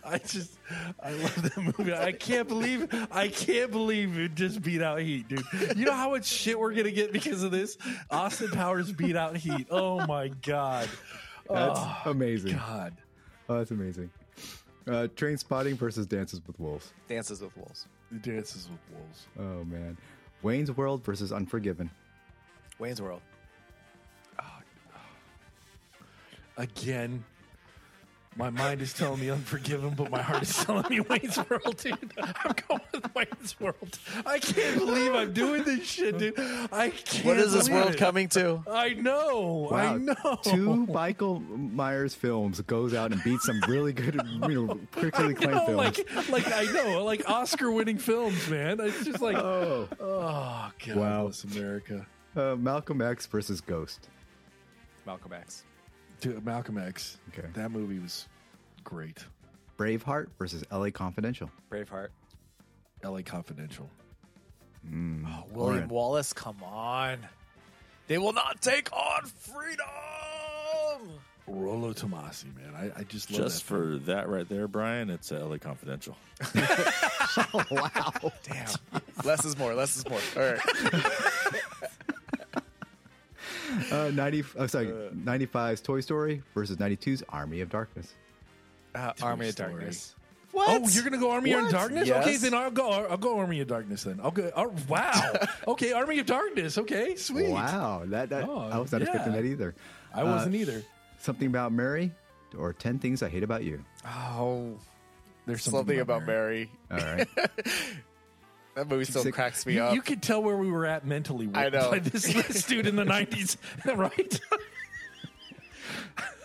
I just I love that movie. I can't believe I can't believe it just beat out heat, dude. You know how much shit we're gonna get because of this? Austin Powers beat out heat. Oh my god. That's Oh, amazing. God. Oh, that's amazing. Uh, Train Spotting versus Dances with Wolves. Dances with Wolves. It dances with wolves. Oh man, Wayne's World versus Unforgiven. Wayne's World. Again. My mind is telling me Unforgiven, but my heart is telling me Wayne's World, dude. I'm going with Wayne's World. I can't believe I'm doing this shit, dude. I can't. What is this believe world it. coming to? I know. I know. Two Michael Myers films goes out and beats some really good, you know, critically acclaimed No, films. like, like I know, like Oscar-winning films, man. It's just like, oh, oh, God Wow. bless America. uh, Malcolm X versus Ghost. Malcolm X. Dude, Malcolm X. Okay. that movie was great. Braveheart versus L.A. Confidential. Braveheart. L.A. Confidential. Oh, William Mm. Oren. Wallace, come on. They will not take on freedom. Rolo Tomasi, man. I, I just love Just that for that right there, Brian, it's uh, LA Confidential. wow. Oh, Damn. less is more. Less is more. All right. Uh, Ninety. Oh, sorry. 95's Toy Story versus 92's Army of Darkness. Uh, Army of Story. Darkness. Oh, you're gonna go Army of What? Darkness? Yes. Okay, then I'll go. I'll go Army of Darkness then. I'll go. oh, wow. okay, Army of Darkness. Okay, sweet. Wow. That, that Oh, I was not expecting yeah. that either. I wasn't either. Something about Mary or 10 things I hate about you. Oh, There's something, about Mary. All right. That movie still Sick. cracks me You, up. you could tell where we were at mentally. I know. by this list, dude, in the '90s, right?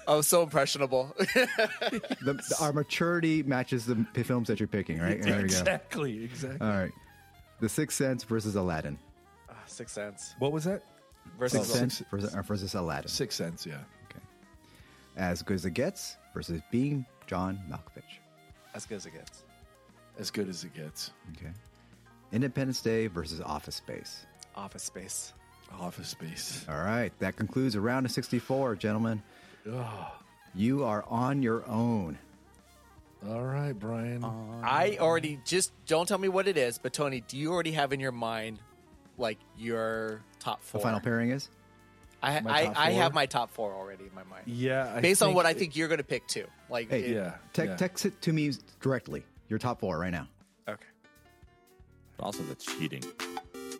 I was so impressionable. the, the- our maturity matches the p- films that you're picking, right? There we go. exactly, exactly. All right. The Sixth Sense versus Aladdin. Six Ah, Sense What was that? versus Sixth Sense versus, or versus Aladdin. Six cents, yeah. As Good as It Gets versus Being John Malkovich. as good as it gets. As good as it gets. Okay. Independence Day versus Office Space. Office Space. Office Space. All right. That concludes a round of 64, gentlemen. You are on your own. All right, Brian. Uh, I already just don't tell me what it is, but Tony, do you already have in your mind like your top The four? final pairing is? I My I, top I have four? my top four already in my mind. yeah. I Based on what I that- think you're going to pick too. Like Hey, it- Yeah, Te- yeah. Text it to me directly. Your top four right now. okay. Also, that's cheating.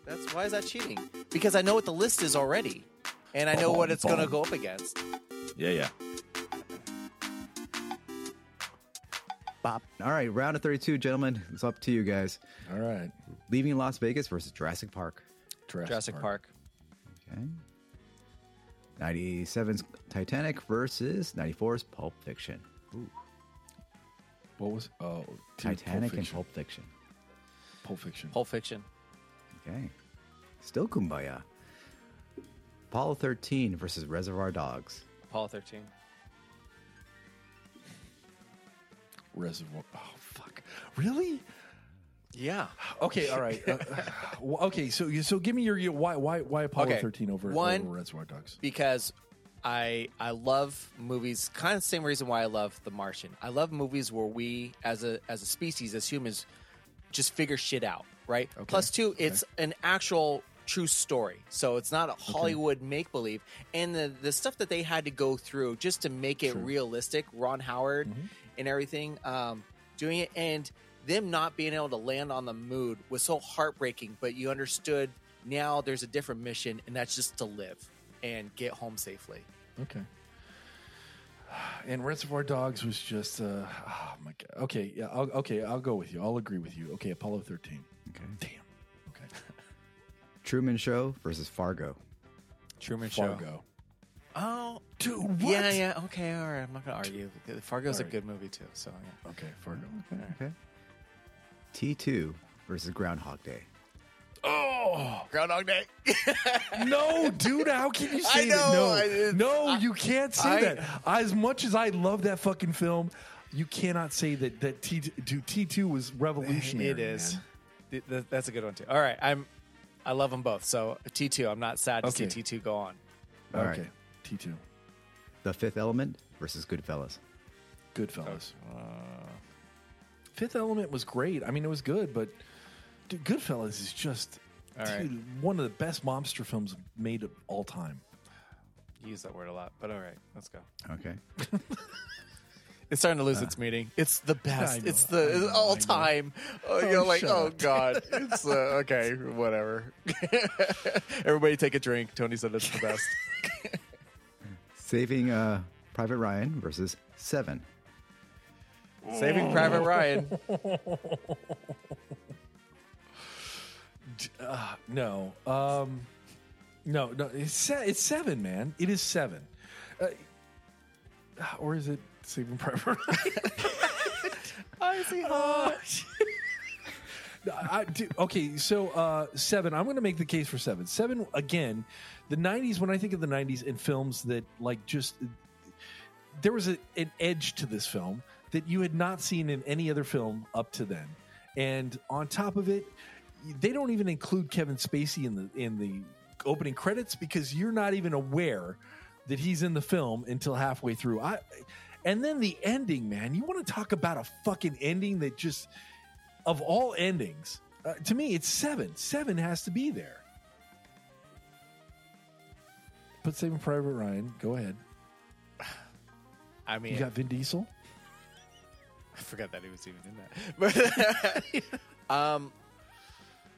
That's why is that cheating? Because I know what the list is already, and I know what it's going to go up against. Yeah, yeah. All right, round of 32, gentlemen. It's up to you guys. All right. Leaving Las Vegas versus Jurassic Park. Jurassic, Okay. 97's Titanic versus 94's Pulp Fiction. What was? Oh, dude, Titanic Pulp and Fiction. Pulp Fiction. Pulp Fiction. Pulp Fiction. Okay. Still Kumbaya. Apollo 13 versus Reservoir Dogs. Apollo 13. Reservoir. Oh fuck. Really? Yeah. Okay. All right. Uh, well, okay. So you- so give me your, your why why why Apollo Okay, thirteen over, one- over Reservoir Dogs. because I I love movies. Kind of the same reason why I love The Martian. I love movies where we, as a as a species, as humans, just figure shit out, right? Plus two, it's an actual true story, so it's not a Hollywood make believe. And the the stuff that they had to go through just to make it realistic, Ron Howard and everything, um, doing it, and them not being able to land on the moon was so heartbreaking. But you understood now there's a different mission, and that's just to live and get home safely. Okay. And Reservoir Dogs was just. Uh, oh my god. Okay. Yeah. I'll, okay. I'll go with you. I'll agree with you. Okay. Apollo thirteen. Okay. Damn. Okay. Truman Show versus Fargo. Truman Fargo. Oh, Dude. What? yeah, yeah. Okay, all right. I'm not gonna argue. Fargo's a Alright. good movie too. So yeah. Okay. Fargo. Okay. okay. T2 versus Groundhog Day. Oh. Groundhog Day. No, dude, how can you say I know, I- that? it- No, no, you can't say I- that. As much as I love that fucking film, you cannot say that that T two was revolutionary. it is. man. Th- th- That's a good one too. All right, I'm. I love them both. So T2, I'm not sad to see Okay. T2 go on. All right. okay. T2. The Fifth Element versus Goodfellas. Goodfellas. Uh, Fifth Element was great. I mean, it was good, but dude, Goodfellas is just All right. dude, one of the best mobster films made of all time. You use that word a lot, but all right, let's go. Okay. It's starting to lose its meaning. It's the best. know, it's Uh, I the know, all I know. time. Oh, Oh, you're like, shut oh up." god. It's uh, okay, whatever. Everybody take a drink. Tony said it's the best. Saving uh, Private Ryan versus Seven. Saving Private Ryan. D- Uh, no, um, no, no. It's, se- it's seven, man. It is seven, uh, or is it Saving Private Ryan? I see. Uh, I, dude, okay, so uh, seven. I'm going to make the case for seven. Seven again. The '90s. When I think of the '90s and films that like just there was a, an edge to this film that you had not seen in any other film up to then. And on top of it, they don't even include Kevin Spacey in the in the opening credits because you're not even aware that he's in the film until halfway through. I and then the ending, man. You want to talk about a fucking ending that just of all endings, uh, to me it's 7. 7 has to be there. But Saving Private Ryan, go ahead. I You mean, got Vin Diesel? I forgot that he was even in that. But um,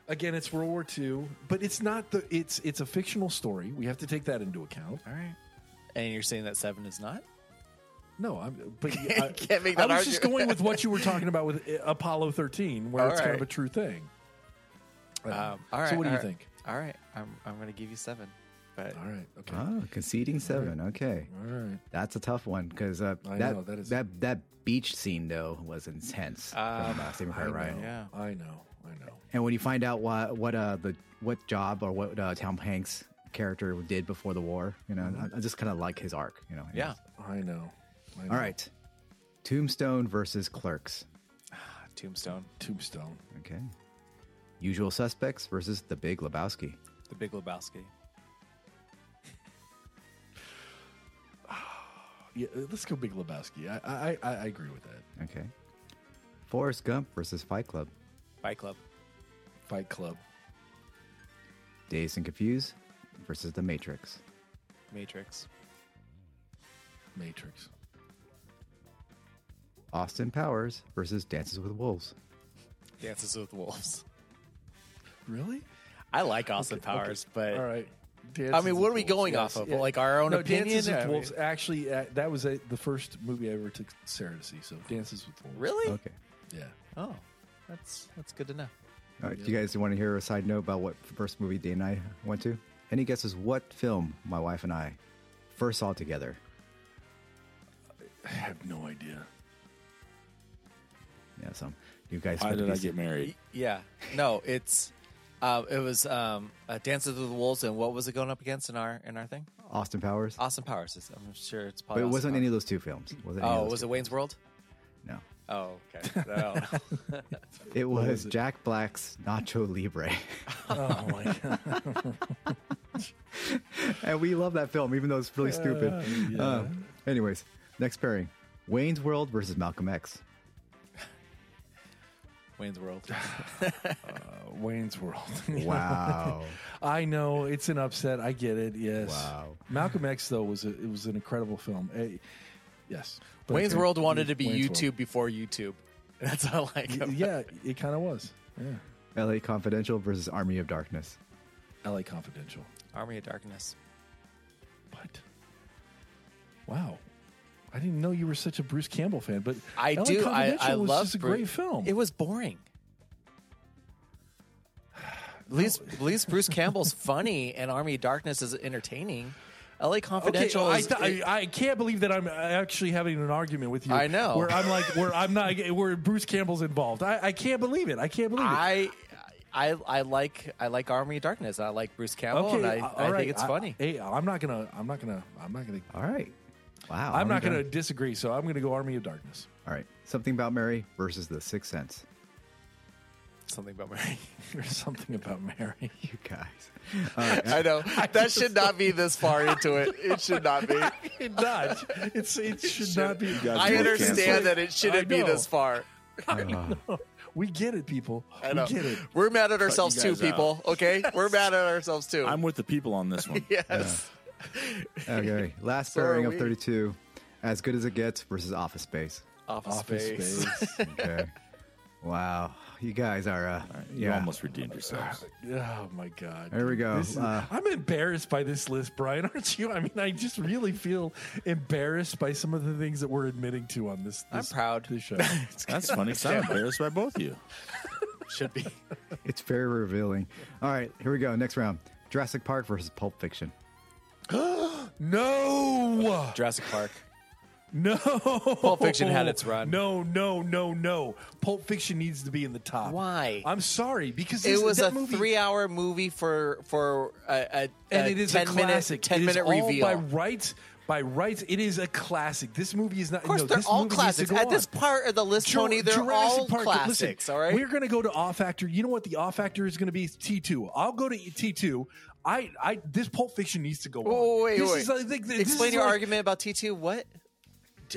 again it's world war ii but it's not the it's it's a fictional story we have to take that into account all right. And you're saying that seven is not? no i'm but Can't- I, can't make I that was just argument. going with what you were talking about with uh, apollo 13 where All it's kind of right. a true thing um, Um, all right. so what do all you right. think All right, I'm I'm gonna give you seven, but all right okay Oh, conceding Seven. Okay. all right That's a tough one because uh, I that, know, that that, is- Ah, that beach scene though was intense from uh, Saving Private Ryan. Yeah. i know i know And when you find out what what uh, the what job or what uh, Tom Hanks character did before the war, you know, Mm-hmm. I, I just kind of like his arc. You know. yeah, i know, I know. All right. Tombstone versus Clerks. Ah, Tombstone, tombstone Okay. Usual Suspects versus The Big Lebowski. The Big Lebowski. yeah uh, let's go big lebowski i i i, I agree with that Okay. Forrest Gump versus Fight Club. Fight Club. fight club Dazed and Confused versus The Matrix. Matrix. matrix Austin Powers versus Dances with Wolves. Dances with Wolves. really I like Austin Okay, okay. Powers, all but right I Dances mean, with what are we Wolves, going yes, off of? yeah. Like our own no, opinion? Dances I with mean- Wolves. Actually, uh, that was uh the first movie I ever took Sarah to see. So Dances with Wolves. Really? Okay. Yeah. Oh, that's that's good to know. All right. Do you guys want to hear a side note about what first movie Dane and I went to? Any guesses what film my wife and I first saw together? I have no idea. Yeah, so you guys. Why put the did I piece- get married? Yeah. No, it's uh, it was um, uh, Dances with Wolves, and what was it going up against in our in our thing? Austin Powers? Austin Powers. Is, I'm sure it's but probably. it Austin wasn't any of Powers. those two films. Was it? any of Oh, those was two it Wayne's World? films? No. Oh, okay. I don't know. It was, was it? Jack Black's Nacho Libre. Oh my god. and we love that film, even though it's really stupid. yeah. Uh, anyways, next pairing Wayne's World versus Malcolm X. Wayne's World. Uh, Wayne's World. Wow. I know it's an upset. I get it. Yes. Wow. Malcolm X though was a, it was an incredible film. Eh, yes. But Wayne's okay, World wanted to be Wayne's World. YouTube before YouTube. That's all I like. Y- about- Yeah, it kind of was. Yeah. LA Confidential versus Army of Darkness. L.A. Confidential. Army of Darkness. But wow. I didn't know you were such a Bruce Campbell fan, but I LA do. I, I Confidential was love just a Bru- great film. It was boring. At least, at least Bruce Campbell's funny and Army of Darkness is entertaining. L.A. Confidential Okay, is. I, th- I, I can't believe that I'm actually having an argument with you. I know. Where I'm like, where I'm not, where Bruce Campbell's involved. I, I can't believe it. I can't believe it. I, I, I like I like Army of Darkness. I like Bruce Campbell, and I, uh, all I right, think it's funny. hey, I'm not gonna, I'm not gonna, I'm not gonna, All right. Wow. I'm Army not of gonna Dark- disagree. So I'm gonna go Army of Darkness. All right. Something About Mary versus The Sixth Sense. something about Mary. There's something about Mary. You guys. All right, I know that should not be this far into it. It should not be. It not. It's it should not be. guys I both understand canceled. that it shouldn't be know. this far. We get it, people. I know. We get it. We're mad at ourselves too, guys out. people. Okay, we're mad at ourselves too. I'm with the people on this one. yes. okay. Last So are pairing we. of 32. As good as it gets versus Office Space. Office, Office space. space. Okay. wow. You guys are. Uh, You yeah. almost redeemed yourselves. Oh my god. There we go. This is- Uh, I'm embarrassed by this list, Brian, aren't you? I mean, I just really feel embarrassed by some of the things that we're admitting to on this. I'm this- proud. This show. That's funny. 'cause I'm embarrassed by both of you. Should be. It's very revealing. All right. Here we go. Next round Jurassic Park versus Pulp Fiction. no, Jurassic Park. no. Pulp Fiction had its run. No, no, no, no. Pulp Fiction needs to be in the top. Why? I'm sorry because It this- was that a movie- three-hour movie for for a, a and a it is 10 a minute classic. Uh, ten It is minute all reveal. by rights. By rights, it is a classic. This movie is not. of course, no, they're this all movie needs to classics. go At on. this part of the list, Jur- Tony, they're Jurassic all Park, listen, classics. all right. we're going to go to off actor. You know what? The off actor is going to be T two. I'll go to T two. I, I, this Pulp Fiction needs to go Whoa, on. wait, this wait. Is like, this is Explain your like- argument about T two. What?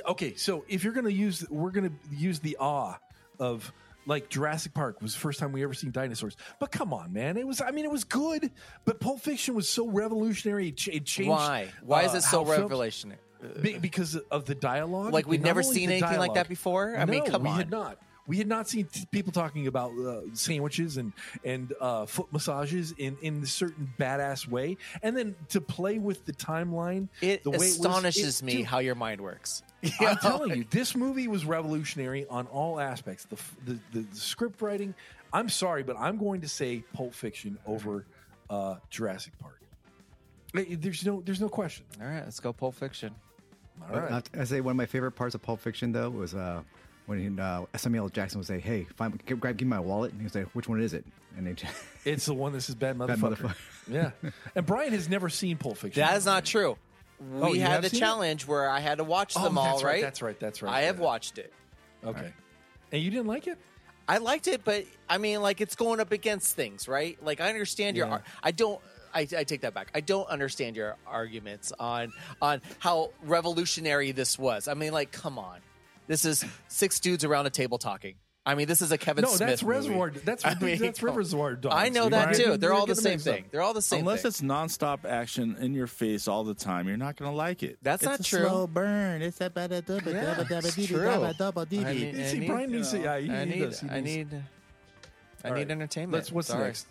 Okay, so if you're going to use, we're going to use the awe of like Jurassic Park was the first time we ever seen dinosaurs. But come on, man, it was. I mean, it was good, but Pulp Fiction was so revolutionary. It, ch- it changed. Why? Why is uh, it so how films- revolutionary? Be- because of the dialogue. Like, we'd Not never only seen the anything like that before? I mean, No, come we on. had not. We had not seen t- people talking about uh, sandwiches and and uh, foot massages in in a certain badass way, and then to play with the timeline. It the way was- astonishes it- me dude, how your mind works. I'm telling you, this movie was revolutionary on all aspects. The, f- the the the script writing. I'm sorry, but I'm going to say Pulp Fiction over uh, Jurassic Park. Eh, There's no there's no question. All right, let's go. Pulp Fiction. All right. I have to- I say one of my favorite parts of Pulp Fiction though was uh, when uh, Samuel L. Jackson would say, "Hey, find, give, grab, give me my wallet," and he would say, "Which one is it?" And they, It's the one that says bad motherfucker. motherfucker. yeah. And Brian has never seen Pulp Fiction. That is not true. We Mm. Oh, you have had the seen it? challenge where I had to watch Oh, them all. that's right, that's right, that's right, I have yeah. watched it. Okay. And you didn't like it? I liked it, but I mean, like it's going up against things, right? Like I understand your. Yeah. ar- I don't. I, I take that back. I don't understand your arguments on on how revolutionary this was. I mean, like, come on, this is six dudes around a table talking. I mean, this is a Kevin no, Smith. that's movie. Reservoir. That's I mean, that's come on. Reservoir Dogs. I know You that Brian, too. you're They're all the gonna same mix up. thing. They're all the same. Unless thing. it's nonstop action in your face all the time, you're not going to like it. That's It's not a true. Slow burn. It's a bada dubba Yeah, dubba it's dubba dee dee true. dubba dubba dee I dee. mean, You I see, need- Brian needs to- yeah, he- I he need. does, he I does. need. I All need right. entertainment. Let's. What's Sorry. next?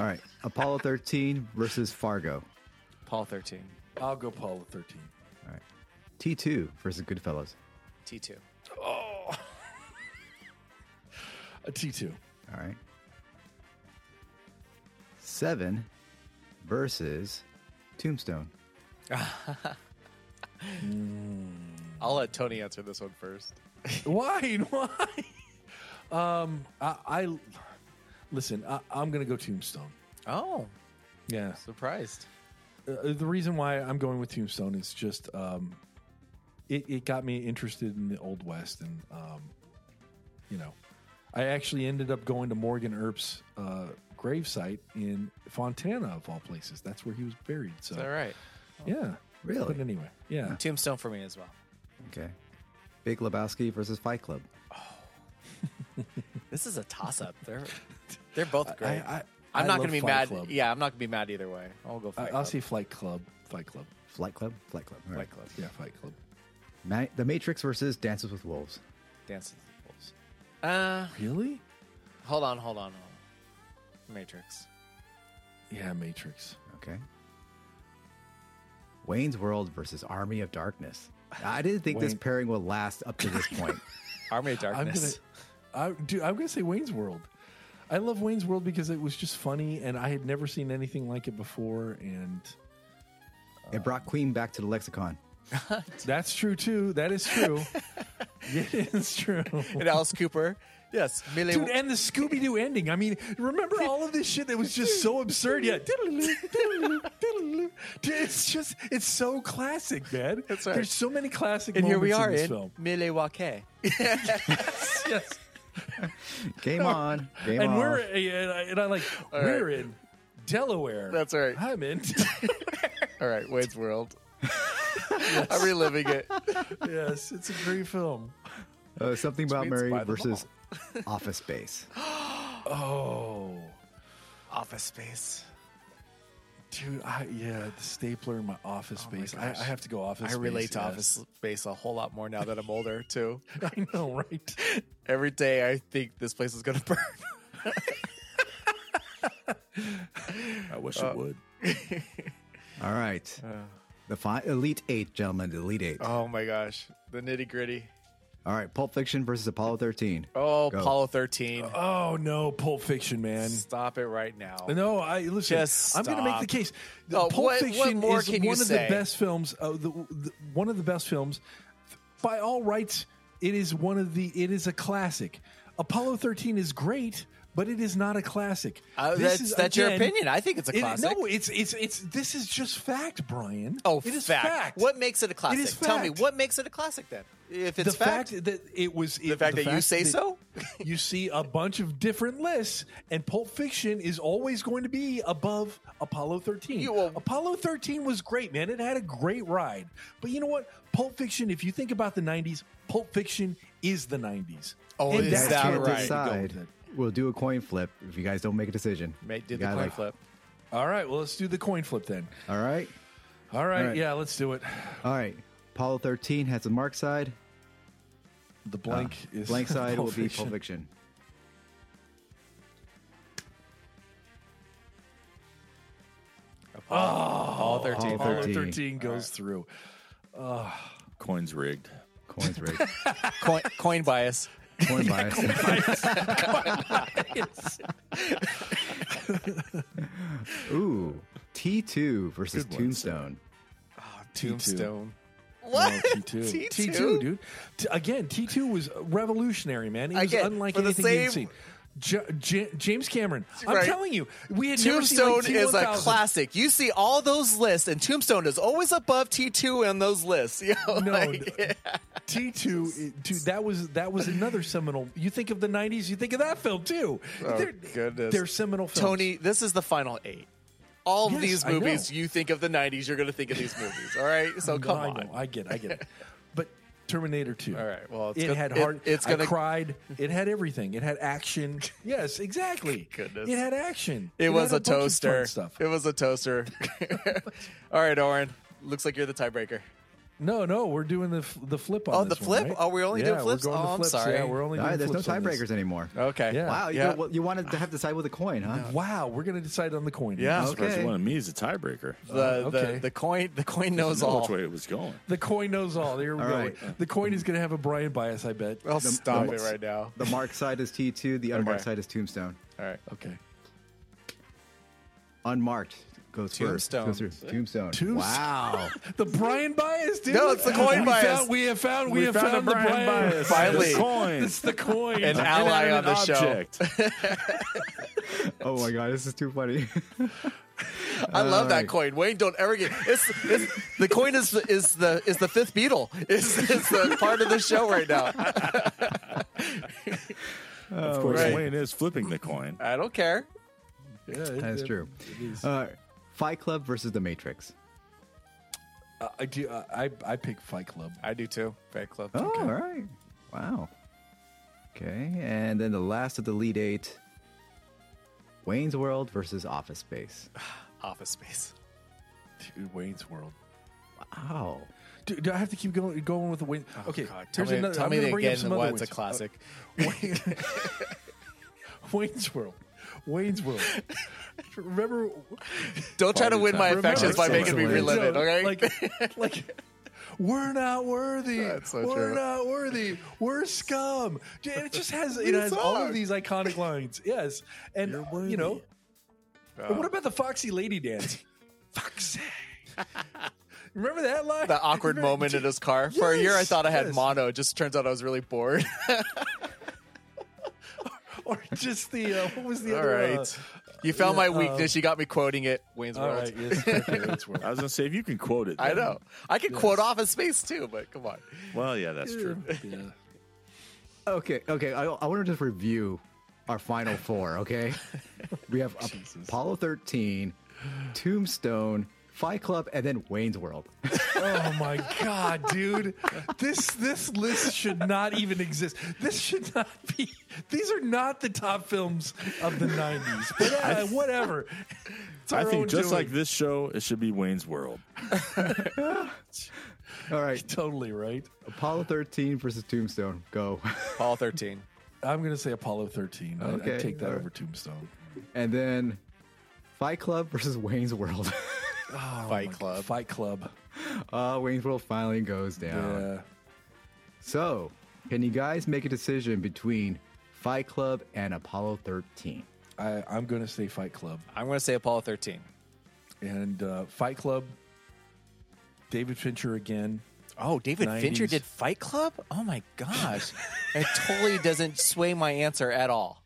"All right, Apollo 13 versus Fargo, Paul thirteen, I'll go Paul the Thirteen. T2 versus Goodfellas." T two. A Uh, T two. All right, seven versus Tombstone. I'll let Tony answer this one first. Why? Why? Um, I, I listen. I, I'm gonna go Tombstone. Oh, Yeah. surprised. uh, the reason why I'm going with Tombstone is just um, it, it got me interested in the Old West, and um, you know, I actually ended up going to Morgan Earp's uh, gravesite in Fontana, of all places. That's where he was buried. So, Is that right? yeah, Really? But anyway, yeah, Tombstone for me as well. Okay, Big Lebowski versus Fight Club. This is a toss up. They're they're both I, great. I, I, am I not love going to be Fight mad. Club. Yeah, I'm not going to be mad either way. Uh, I'll go. I, Fight I'll Club. see Flight Club, Fight Club, Flight Club, Flight Club, All right. Fight Club, yeah, Fight Club. Ma- the Matrix versus Dances with Wolves. Dances with Wolves. Uh, Really? hold on, hold on, hold on. Matrix. Yeah, Matrix. Okay. Wayne's World versus Army of Darkness. I didn't think this Wayne- pairing would last up to this point. Army of I'm gonna, Darkness. I, dude, I'm gonna say Wayne's World. I love Wayne's World because it was just funny, and I had never seen anything like it before. And it brought Queen back to the lexicon. that's true too. That is true. it is true. and Alice Cooper. Yes, Millie. Dude, and the Scooby Doo ending. I mean, remember all of this shit that was just so absurd. Yeah, Diddle-loo, diddle-loo, diddle-loo. Dude, it's just it's so classic, man. That's right. There's so many classic. and here we moments are in this in film. Milwaukee. yes. Game on. Game and on. we're and I, and I like we're in Delaware. That's right. I'm in. All right, Wade's World. I'm reliving it. yes, it's a great film. Uh, something about Tweets Mary by the versus Office Space. Oh, Office Space. dude, I yeah, the stapler in Oh my office space. I, I have to go office. I relate to Space, yes. Office Space a whole lot more now that I'm older too. I know, right? Every day I think this place is gonna burn. I wish uh, it would. All right. The fi- Elite Eight, gentlemen. The Elite Eight. Uh. oh my gosh, the nitty gritty. All right. Pulp Fiction versus Apollo 13. Oh, Go. Apollo Uh, 13. Oh no, Pulp Fiction, man. Stop it right now. No, I listen. Just I'm going to make the stop. case. Uh, The Oh, Pulp what- what Fiction more is can you one of say? the best films. Uh, the, the, one of the best films, by all rights, it is one of the. It is a classic. Apollo 13 is great, but it is not a classic. Uh, This that's- is, that's your opinion. I think it's a it- classic. no, it's it's it's. This is just fact, Brian. Oh, it is fact. What makes it a classic? is Tell me, fact. what makes it a classic then? If it's the fact, that it was it- the fact that you say so? you see a bunch of different lists, and Pulp Fiction is always going to be above Apollo 13. You will- Apollo 13 was great, man. It had a great ride. But you know what? Pulp Fiction, if you think about the 90s, Pulp Fiction is the 90s. Oh, And is that's that where can't we right? need to go with decide. it. We'll do a coin flip if you guys don't make a decision. Mate did You the gotta coin like- flip. All right, well, let's do the coin flip then. All right. All right, All right. yeah, let's do it. All right. Apollo 13 has the mark side. The blank is Ah, Blank side Pulp will be Fiction. Pulp Fiction. All Oh, 13. Apollo Apollo 13. 13 goes through. Coins rigged. Coins rigged. coin, coin bias, Coin bias. Ooh. T2 versus Tombstone. Tombstone. What? T2? T2. T2, dude. T- again, T2 was revolutionary, man. It was Again, unlike for the anything you've same- seen. J- J- James Cameron. I'm Right. telling you, we had never seen Tombstone like is a T1000. classic. You see all those lists, and Tombstone is always above T two on those lists. You know, No, like, no. T2, it- dude, that was that was another seminal. You think of the 90s, you think of that film too. Oh, they're, goodness. they're seminal films. Tony, this is the final eight. All Yes, of these I know. movies, you think of the '90s, you're going to think of these movies. All right, so No, come Oh, I on. know, I get, it, I get it. But Terminator 2. All right, well, it's it gonna- had it- hard. it's I gonna- cried. It had everything. It had action. Yes, exactly. Goodness. It had action. It was had a, bunch of fun toaster. Stuff. It was a toaster. All right, Oren. Looks like you're the tiebreaker. No, no, we're doing the f- the flip on Oh, this the one, flip? right? Are we only yeah, doing flips? We're going to Oh, I'm flips. sorry. Yeah, we're only All doing right. There's no flips on this. tiebreakers anymore. Okay. Yeah. Wow. You, Oh, Yeah. know, well, you wanted to have to decide with a coin, huh? Wow, we're going to decide on the coin. Yeah. The first Okay. one of me is a tiebreaker. The, okay. the the coin the coin I knows know all. which way it was going. The coin knows all. Here we All go. right. The coin is going to have a Brian bias, I bet. Well, stop the- it right now. The mark side is T2. The unmarked Okay. side is Tombstone. All right. Okay. Unmarked goes first. Tombstone. Goes first. Tombstone. Tombstone. Wow. The Brian bias, dude. No, it's the coin we bias. Found, we have found. We, have found, a the Brian, bias. Finally. The coin. It's the coin. An ally on the show. Oh my god, this is too funny. I love that Alright. coin. Wayne, don't ever get it's, it's the coin is the- is the is the fifth beetle. It's, it's the part of the show right now. Of course, right. Wayne is flipping the coin. I don't care. Yeah, it- That's it- true. it is. Uh, Fight Club versus The Matrix. Uh, I do. Uh, I I pick Fight Club. I do too. Fight Club. Oh, all right. Wow. Okay, and then the last of the lead eight: Wayne's World versus Office Space. Office Space. Dude, Wayne's World. Wow. Do, do I have to keep going going with the Wayne? okay, Oh, God, tell here's me, another- tell I'm me gonna bring up again some other why it's a Wayne's. classic. Wayne- Wayne's World. Wayne's World. Remember, Don't try to win my Remember- affections by making me Remember- relive it. Okay. Like, like, we're not worthy. That's so we're true. not worthy. We're scum. J- And it just has it We has all suck. of these iconic lines. Yes, and you know, Uh, Oh. what about the Foxy Lady dance? Foxy. Remember that line? that awkward Remember- moment in his car. For a year, I Yes, thought I had yes. mono. It just turns out I was really bored. or just the uh, what was the All other? uh, right. You found yeah, um, my weakness. you got me quoting it. Wayne's all World. right, yes, okay, Wayne's World. I was going to say, if you can quote it. I then- know. I could quote off in space too, but come on. Well, yeah, that's true. Yeah. Okay, okay. I, I want to just review our final four. Okay, we have Apollo thirteen, Tombstone, Fight Club, and then Wayne's World. Oh my god, dude! This this list should not even exist. This should not be. These are not the top films of the '90s. But uh, whatever. It's I our own think just doing. like this show, it should be Wayne's World. All right, totally right. Apollo thirteen versus Tombstone. Go, Paul 13. I'm gonna say Apollo 13. I- I, Okay, take that all right. over Tombstone. and then Fight Club versus Wayne's World. Oh Fight Club. Fight Club. uh, Wayne's World finally goes down. Yeah. So, can you guys make a decision between Fight Club and Apollo thirteen? I, I'm gonna say Fight Club I'm going to say Apollo 13. and uh, Fight Club. David Fincher again. Oh, David Fincher 90s. did Fight Club? Oh my gosh. it totally doesn't sway my answer at all.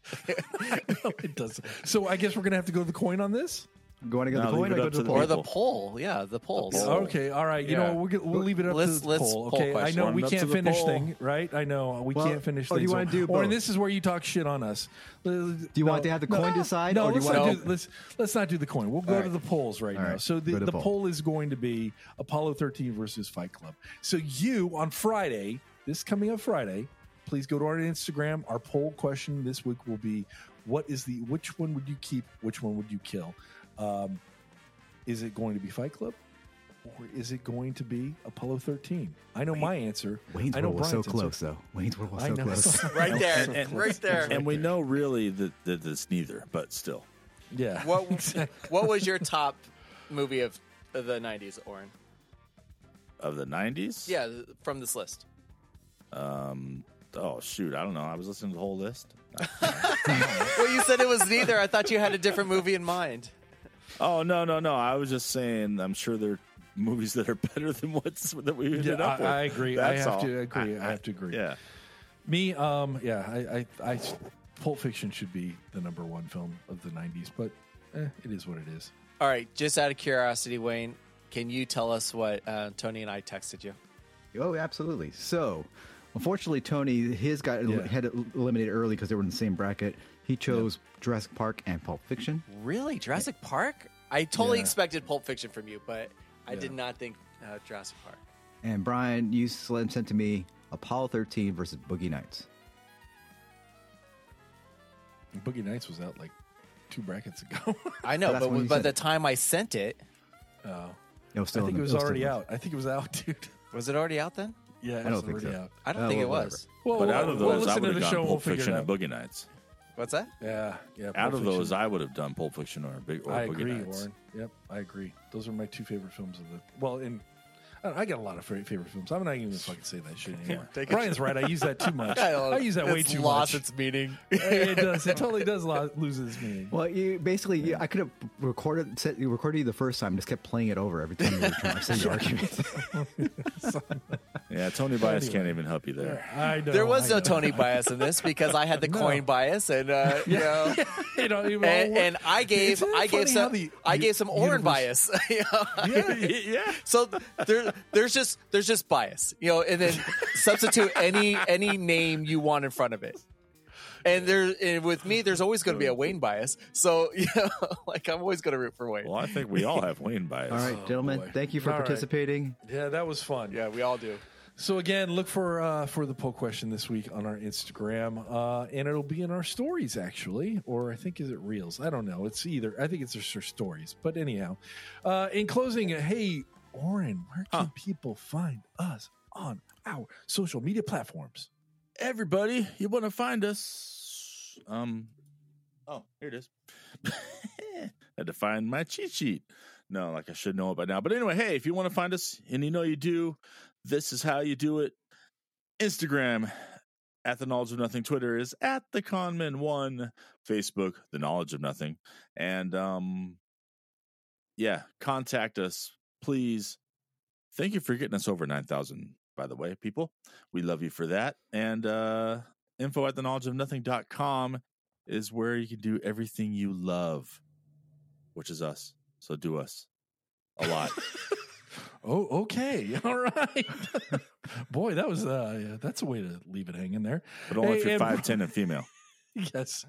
No, it doesn't. So I guess we're gonna have to go to the coin on this. Going to go No, to the leave coin it or go up to the to the poll? Or the Poll. poll. Yeah, the polls. poll. Oh. Okay, all right. You Yeah. know, we'll, get, we'll leave it up Let's- to the let's poll. poll Okay, I question. know we Warm it up can't to the finish poll. thing, right? I know we Well, can't finish. or do you things. wanna do Or both? this is where you talk shit on us. Do you want to have the coin decide, No, or do you let's wanna not do- do, let's let's not do the coin. We'll go All to right. the polls right All now. right, So the, go to the poll. poll is going to be Apollo 13 versus Fight Club. So you on Friday, this coming up Friday, please go to our Instagram. Our poll question this week will be: What is the which one would you keep? Which one would you kill? Um, is it going to be Fight Club? Or is it going to be Apollo 13? I know my answer. Wayne's I know World was so Brian's answer. close, though. Wayne's World was I so know. close. Right there. And- and- right there. and we know really that, that it's neither, but still. Yeah. What What was your top movie of the 90s, Oren? Of the 90s? Yeah, th- from this list. Um, oh, shoot. I don't know. I was listening to the whole list. Well, you said it was neither. I thought you had a different movie in mind. Oh, no, no, no. I was just saying, I'm sure there are movies that are better than what's that we ended Yeah, I, up with. I agree. That's I have all. to agree. I, have to agree. Yeah. Me, um, yeah, I, I, I, Pulp Fiction should be the number one film of the '90s, but eh, it is what it is. All right, just out of curiosity, Wayne, can you tell us what uh, Tony and I texted you? Oh, absolutely. So, unfortunately, Tony his got el- Yeah. had el- eliminated early because they were in the same bracket. He chose Jurassic Park and Pulp Fiction. Really, Jurassic Park? I totally Yeah. expected Pulp Fiction from you, but I did not think uh, Jurassic Park. And Brian, you sl- sent to me Apollo 13 versus Boogie Nights. Boogie Nights was out like two brackets ago. I know, That's but when w- you by said the it. time I sent it, Oh. It I was still in think the- it was still already in out. I think it was out, dude. was it already out then? Yeah, it I don't was think already so. out. I don't Oh, think it well, was. Well, But out of we'll those, I listen would to have the gone show. and We'll Pulp figure Fiction it and out. Boogie Nights. What's that? Yeah, yeah. Out Pulp of Fiction. those, I would have done Pulp Fiction or, Big, or I Boogie agree, Nights. Warren. Yep, I agree. Those are my two favorite films of the. Well, and I, I got a lot of fa- favorite films. I'm not even gonna fucking say that shit anymore. Take it. Brian's right. I use that too much. I use that way It's too lost much. its meaning. it does. It totally does lo- lose its meaning. Well, you basically, you, I could have recorded set, you recorded you the first time, just kept playing it over every time you were trying to say your argument. Yeah, Tony Bias Anyway. can't even help you there. I know. There was I no know. Tony bias in this because I had the No. coin bias, and uh, you know, You know, it all and, worked. and I gave Isn't it I gave funny how some the I u- gave some Oren universe- bias. you know? yeah. So there, there's just there's just bias, you know, and then substitute any any name you want in front of it. And there, and with me, there's always going to be a Wayne bias. So you know, like I'm always going to root for Wayne. Well, I think we all have Wayne bias. All right, gentlemen, boy. thank you for All right. participating. Yeah, that was fun. Yeah, we all do. So again, look for uh, for the poll question this week on our Instagram, uh, and it'll be in our stories actually, or I think is it reels? I don't know. It's either. I think it's just our stories. But anyhow, uh, in closing, uh, hey Oren, where can people find us on our social media platforms? everybody, you want to find us? Um, oh, here it is. had to find my cheat sheet. No, like I should know it by now. But anyway, hey, if you want to find us, and you know you do, this is how you do it. Instagram at the knowledge of nothing. Twitter is at the conman one. Facebook, the knowledge of nothing. And um, yeah, contact us, please. Thank you for getting us over nine thousand. By the way, people. We love you for that. And uh, info at the knowledge of nothing.com is where you can do everything you love, which is us. So do us a lot. Oh, okay. All right. Boy, that was uh yeah, that's a way to leave it hanging there. But only Hey, if and- you're five ten and female. Yes.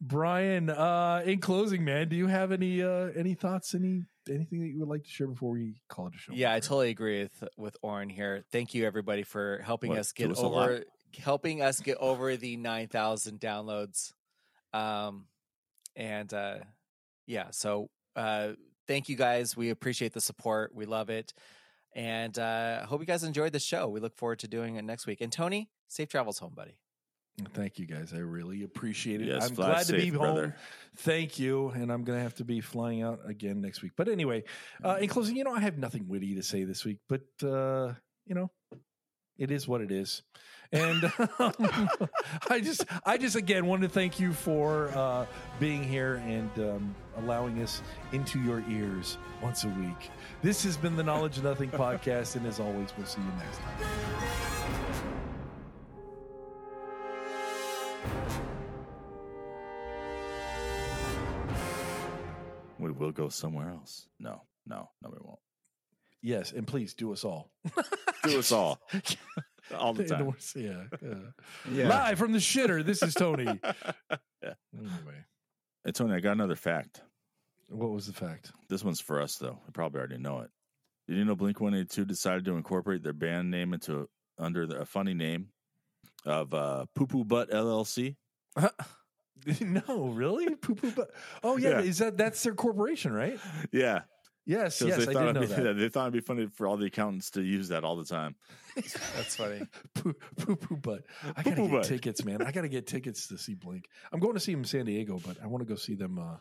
Brian, uh in closing, man, do you have any uh any thoughts, any anything that you would like to share before we call it a show? Yeah, I totally agree with with Oren here. Thank you everybody for helping What, us get to us a lot? over helping us get over the 9,000 downloads. Um and uh yeah, so uh thank you guys. We appreciate the support. We love it. And uh I hope you guys enjoyed the show. We look forward to doing it next week. And Tony, safe travels home, buddy. Thank you guys. I really appreciate it. Yes, I'm fly glad to be safe, brother. home. Thank you. And I'm going to have to be flying out again next week. But anyway, uh, in closing, you know, I have nothing witty to say this week, but, uh, you know, it is what it is. And um, I just, I just again want to thank you for uh, being here and um, allowing us into your ears once a week. This has been the Knowledge of Nothing podcast. And as always, we'll see you next time. We will go somewhere else. No, no, no, we won't. Yes. And please do us all. Do us all, all the time. Endorse, yeah, yeah. Yeah. Live from the shitter. This is Tony. anyway, Hey, Tony, I got another fact. what was the fact? This one's for us, though. We probably already know it. Did you know Blink 182 decided to incorporate their band name into under the, a funny name of uh, Poo Poo Butt LLC? no, really? Poo poo. But oh yeah, Yeah. is that that's their corporation, right? Yeah. Yes, 'cause yes, I they, thought did it'd know be, that. they thought it'd be funny for all the accountants to use that all the time. That's funny. Poo poo poo butt. I gotta Poo-poo get butt. tickets, man. I gotta get tickets to see Blink. I'm going to see them in San Diego, but I want to go see them. uh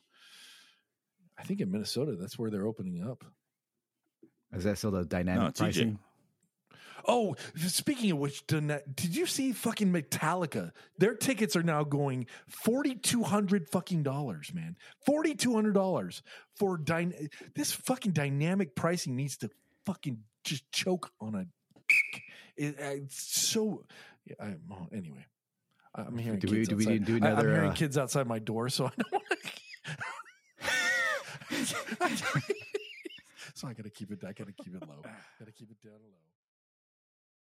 I think in Minnesota. That's where they're opening up. Is that still the dynamic No, TJ. pricing? Oh, speaking of which, did did you see fucking Metallica? Their tickets are now going forty two hundred fucking dollars, man. Forty two hundred dollars for dyna- this fucking dynamic pricing needs to fucking just choke on a. It, uh, it's so. Yeah, I, well, anyway, I'm hearing. Do we- kids do we outside. do I- another, I'm hearing uh, kids outside my door, so I don't want to. so I gotta keep it. I gotta keep it low. Gotta keep it down low.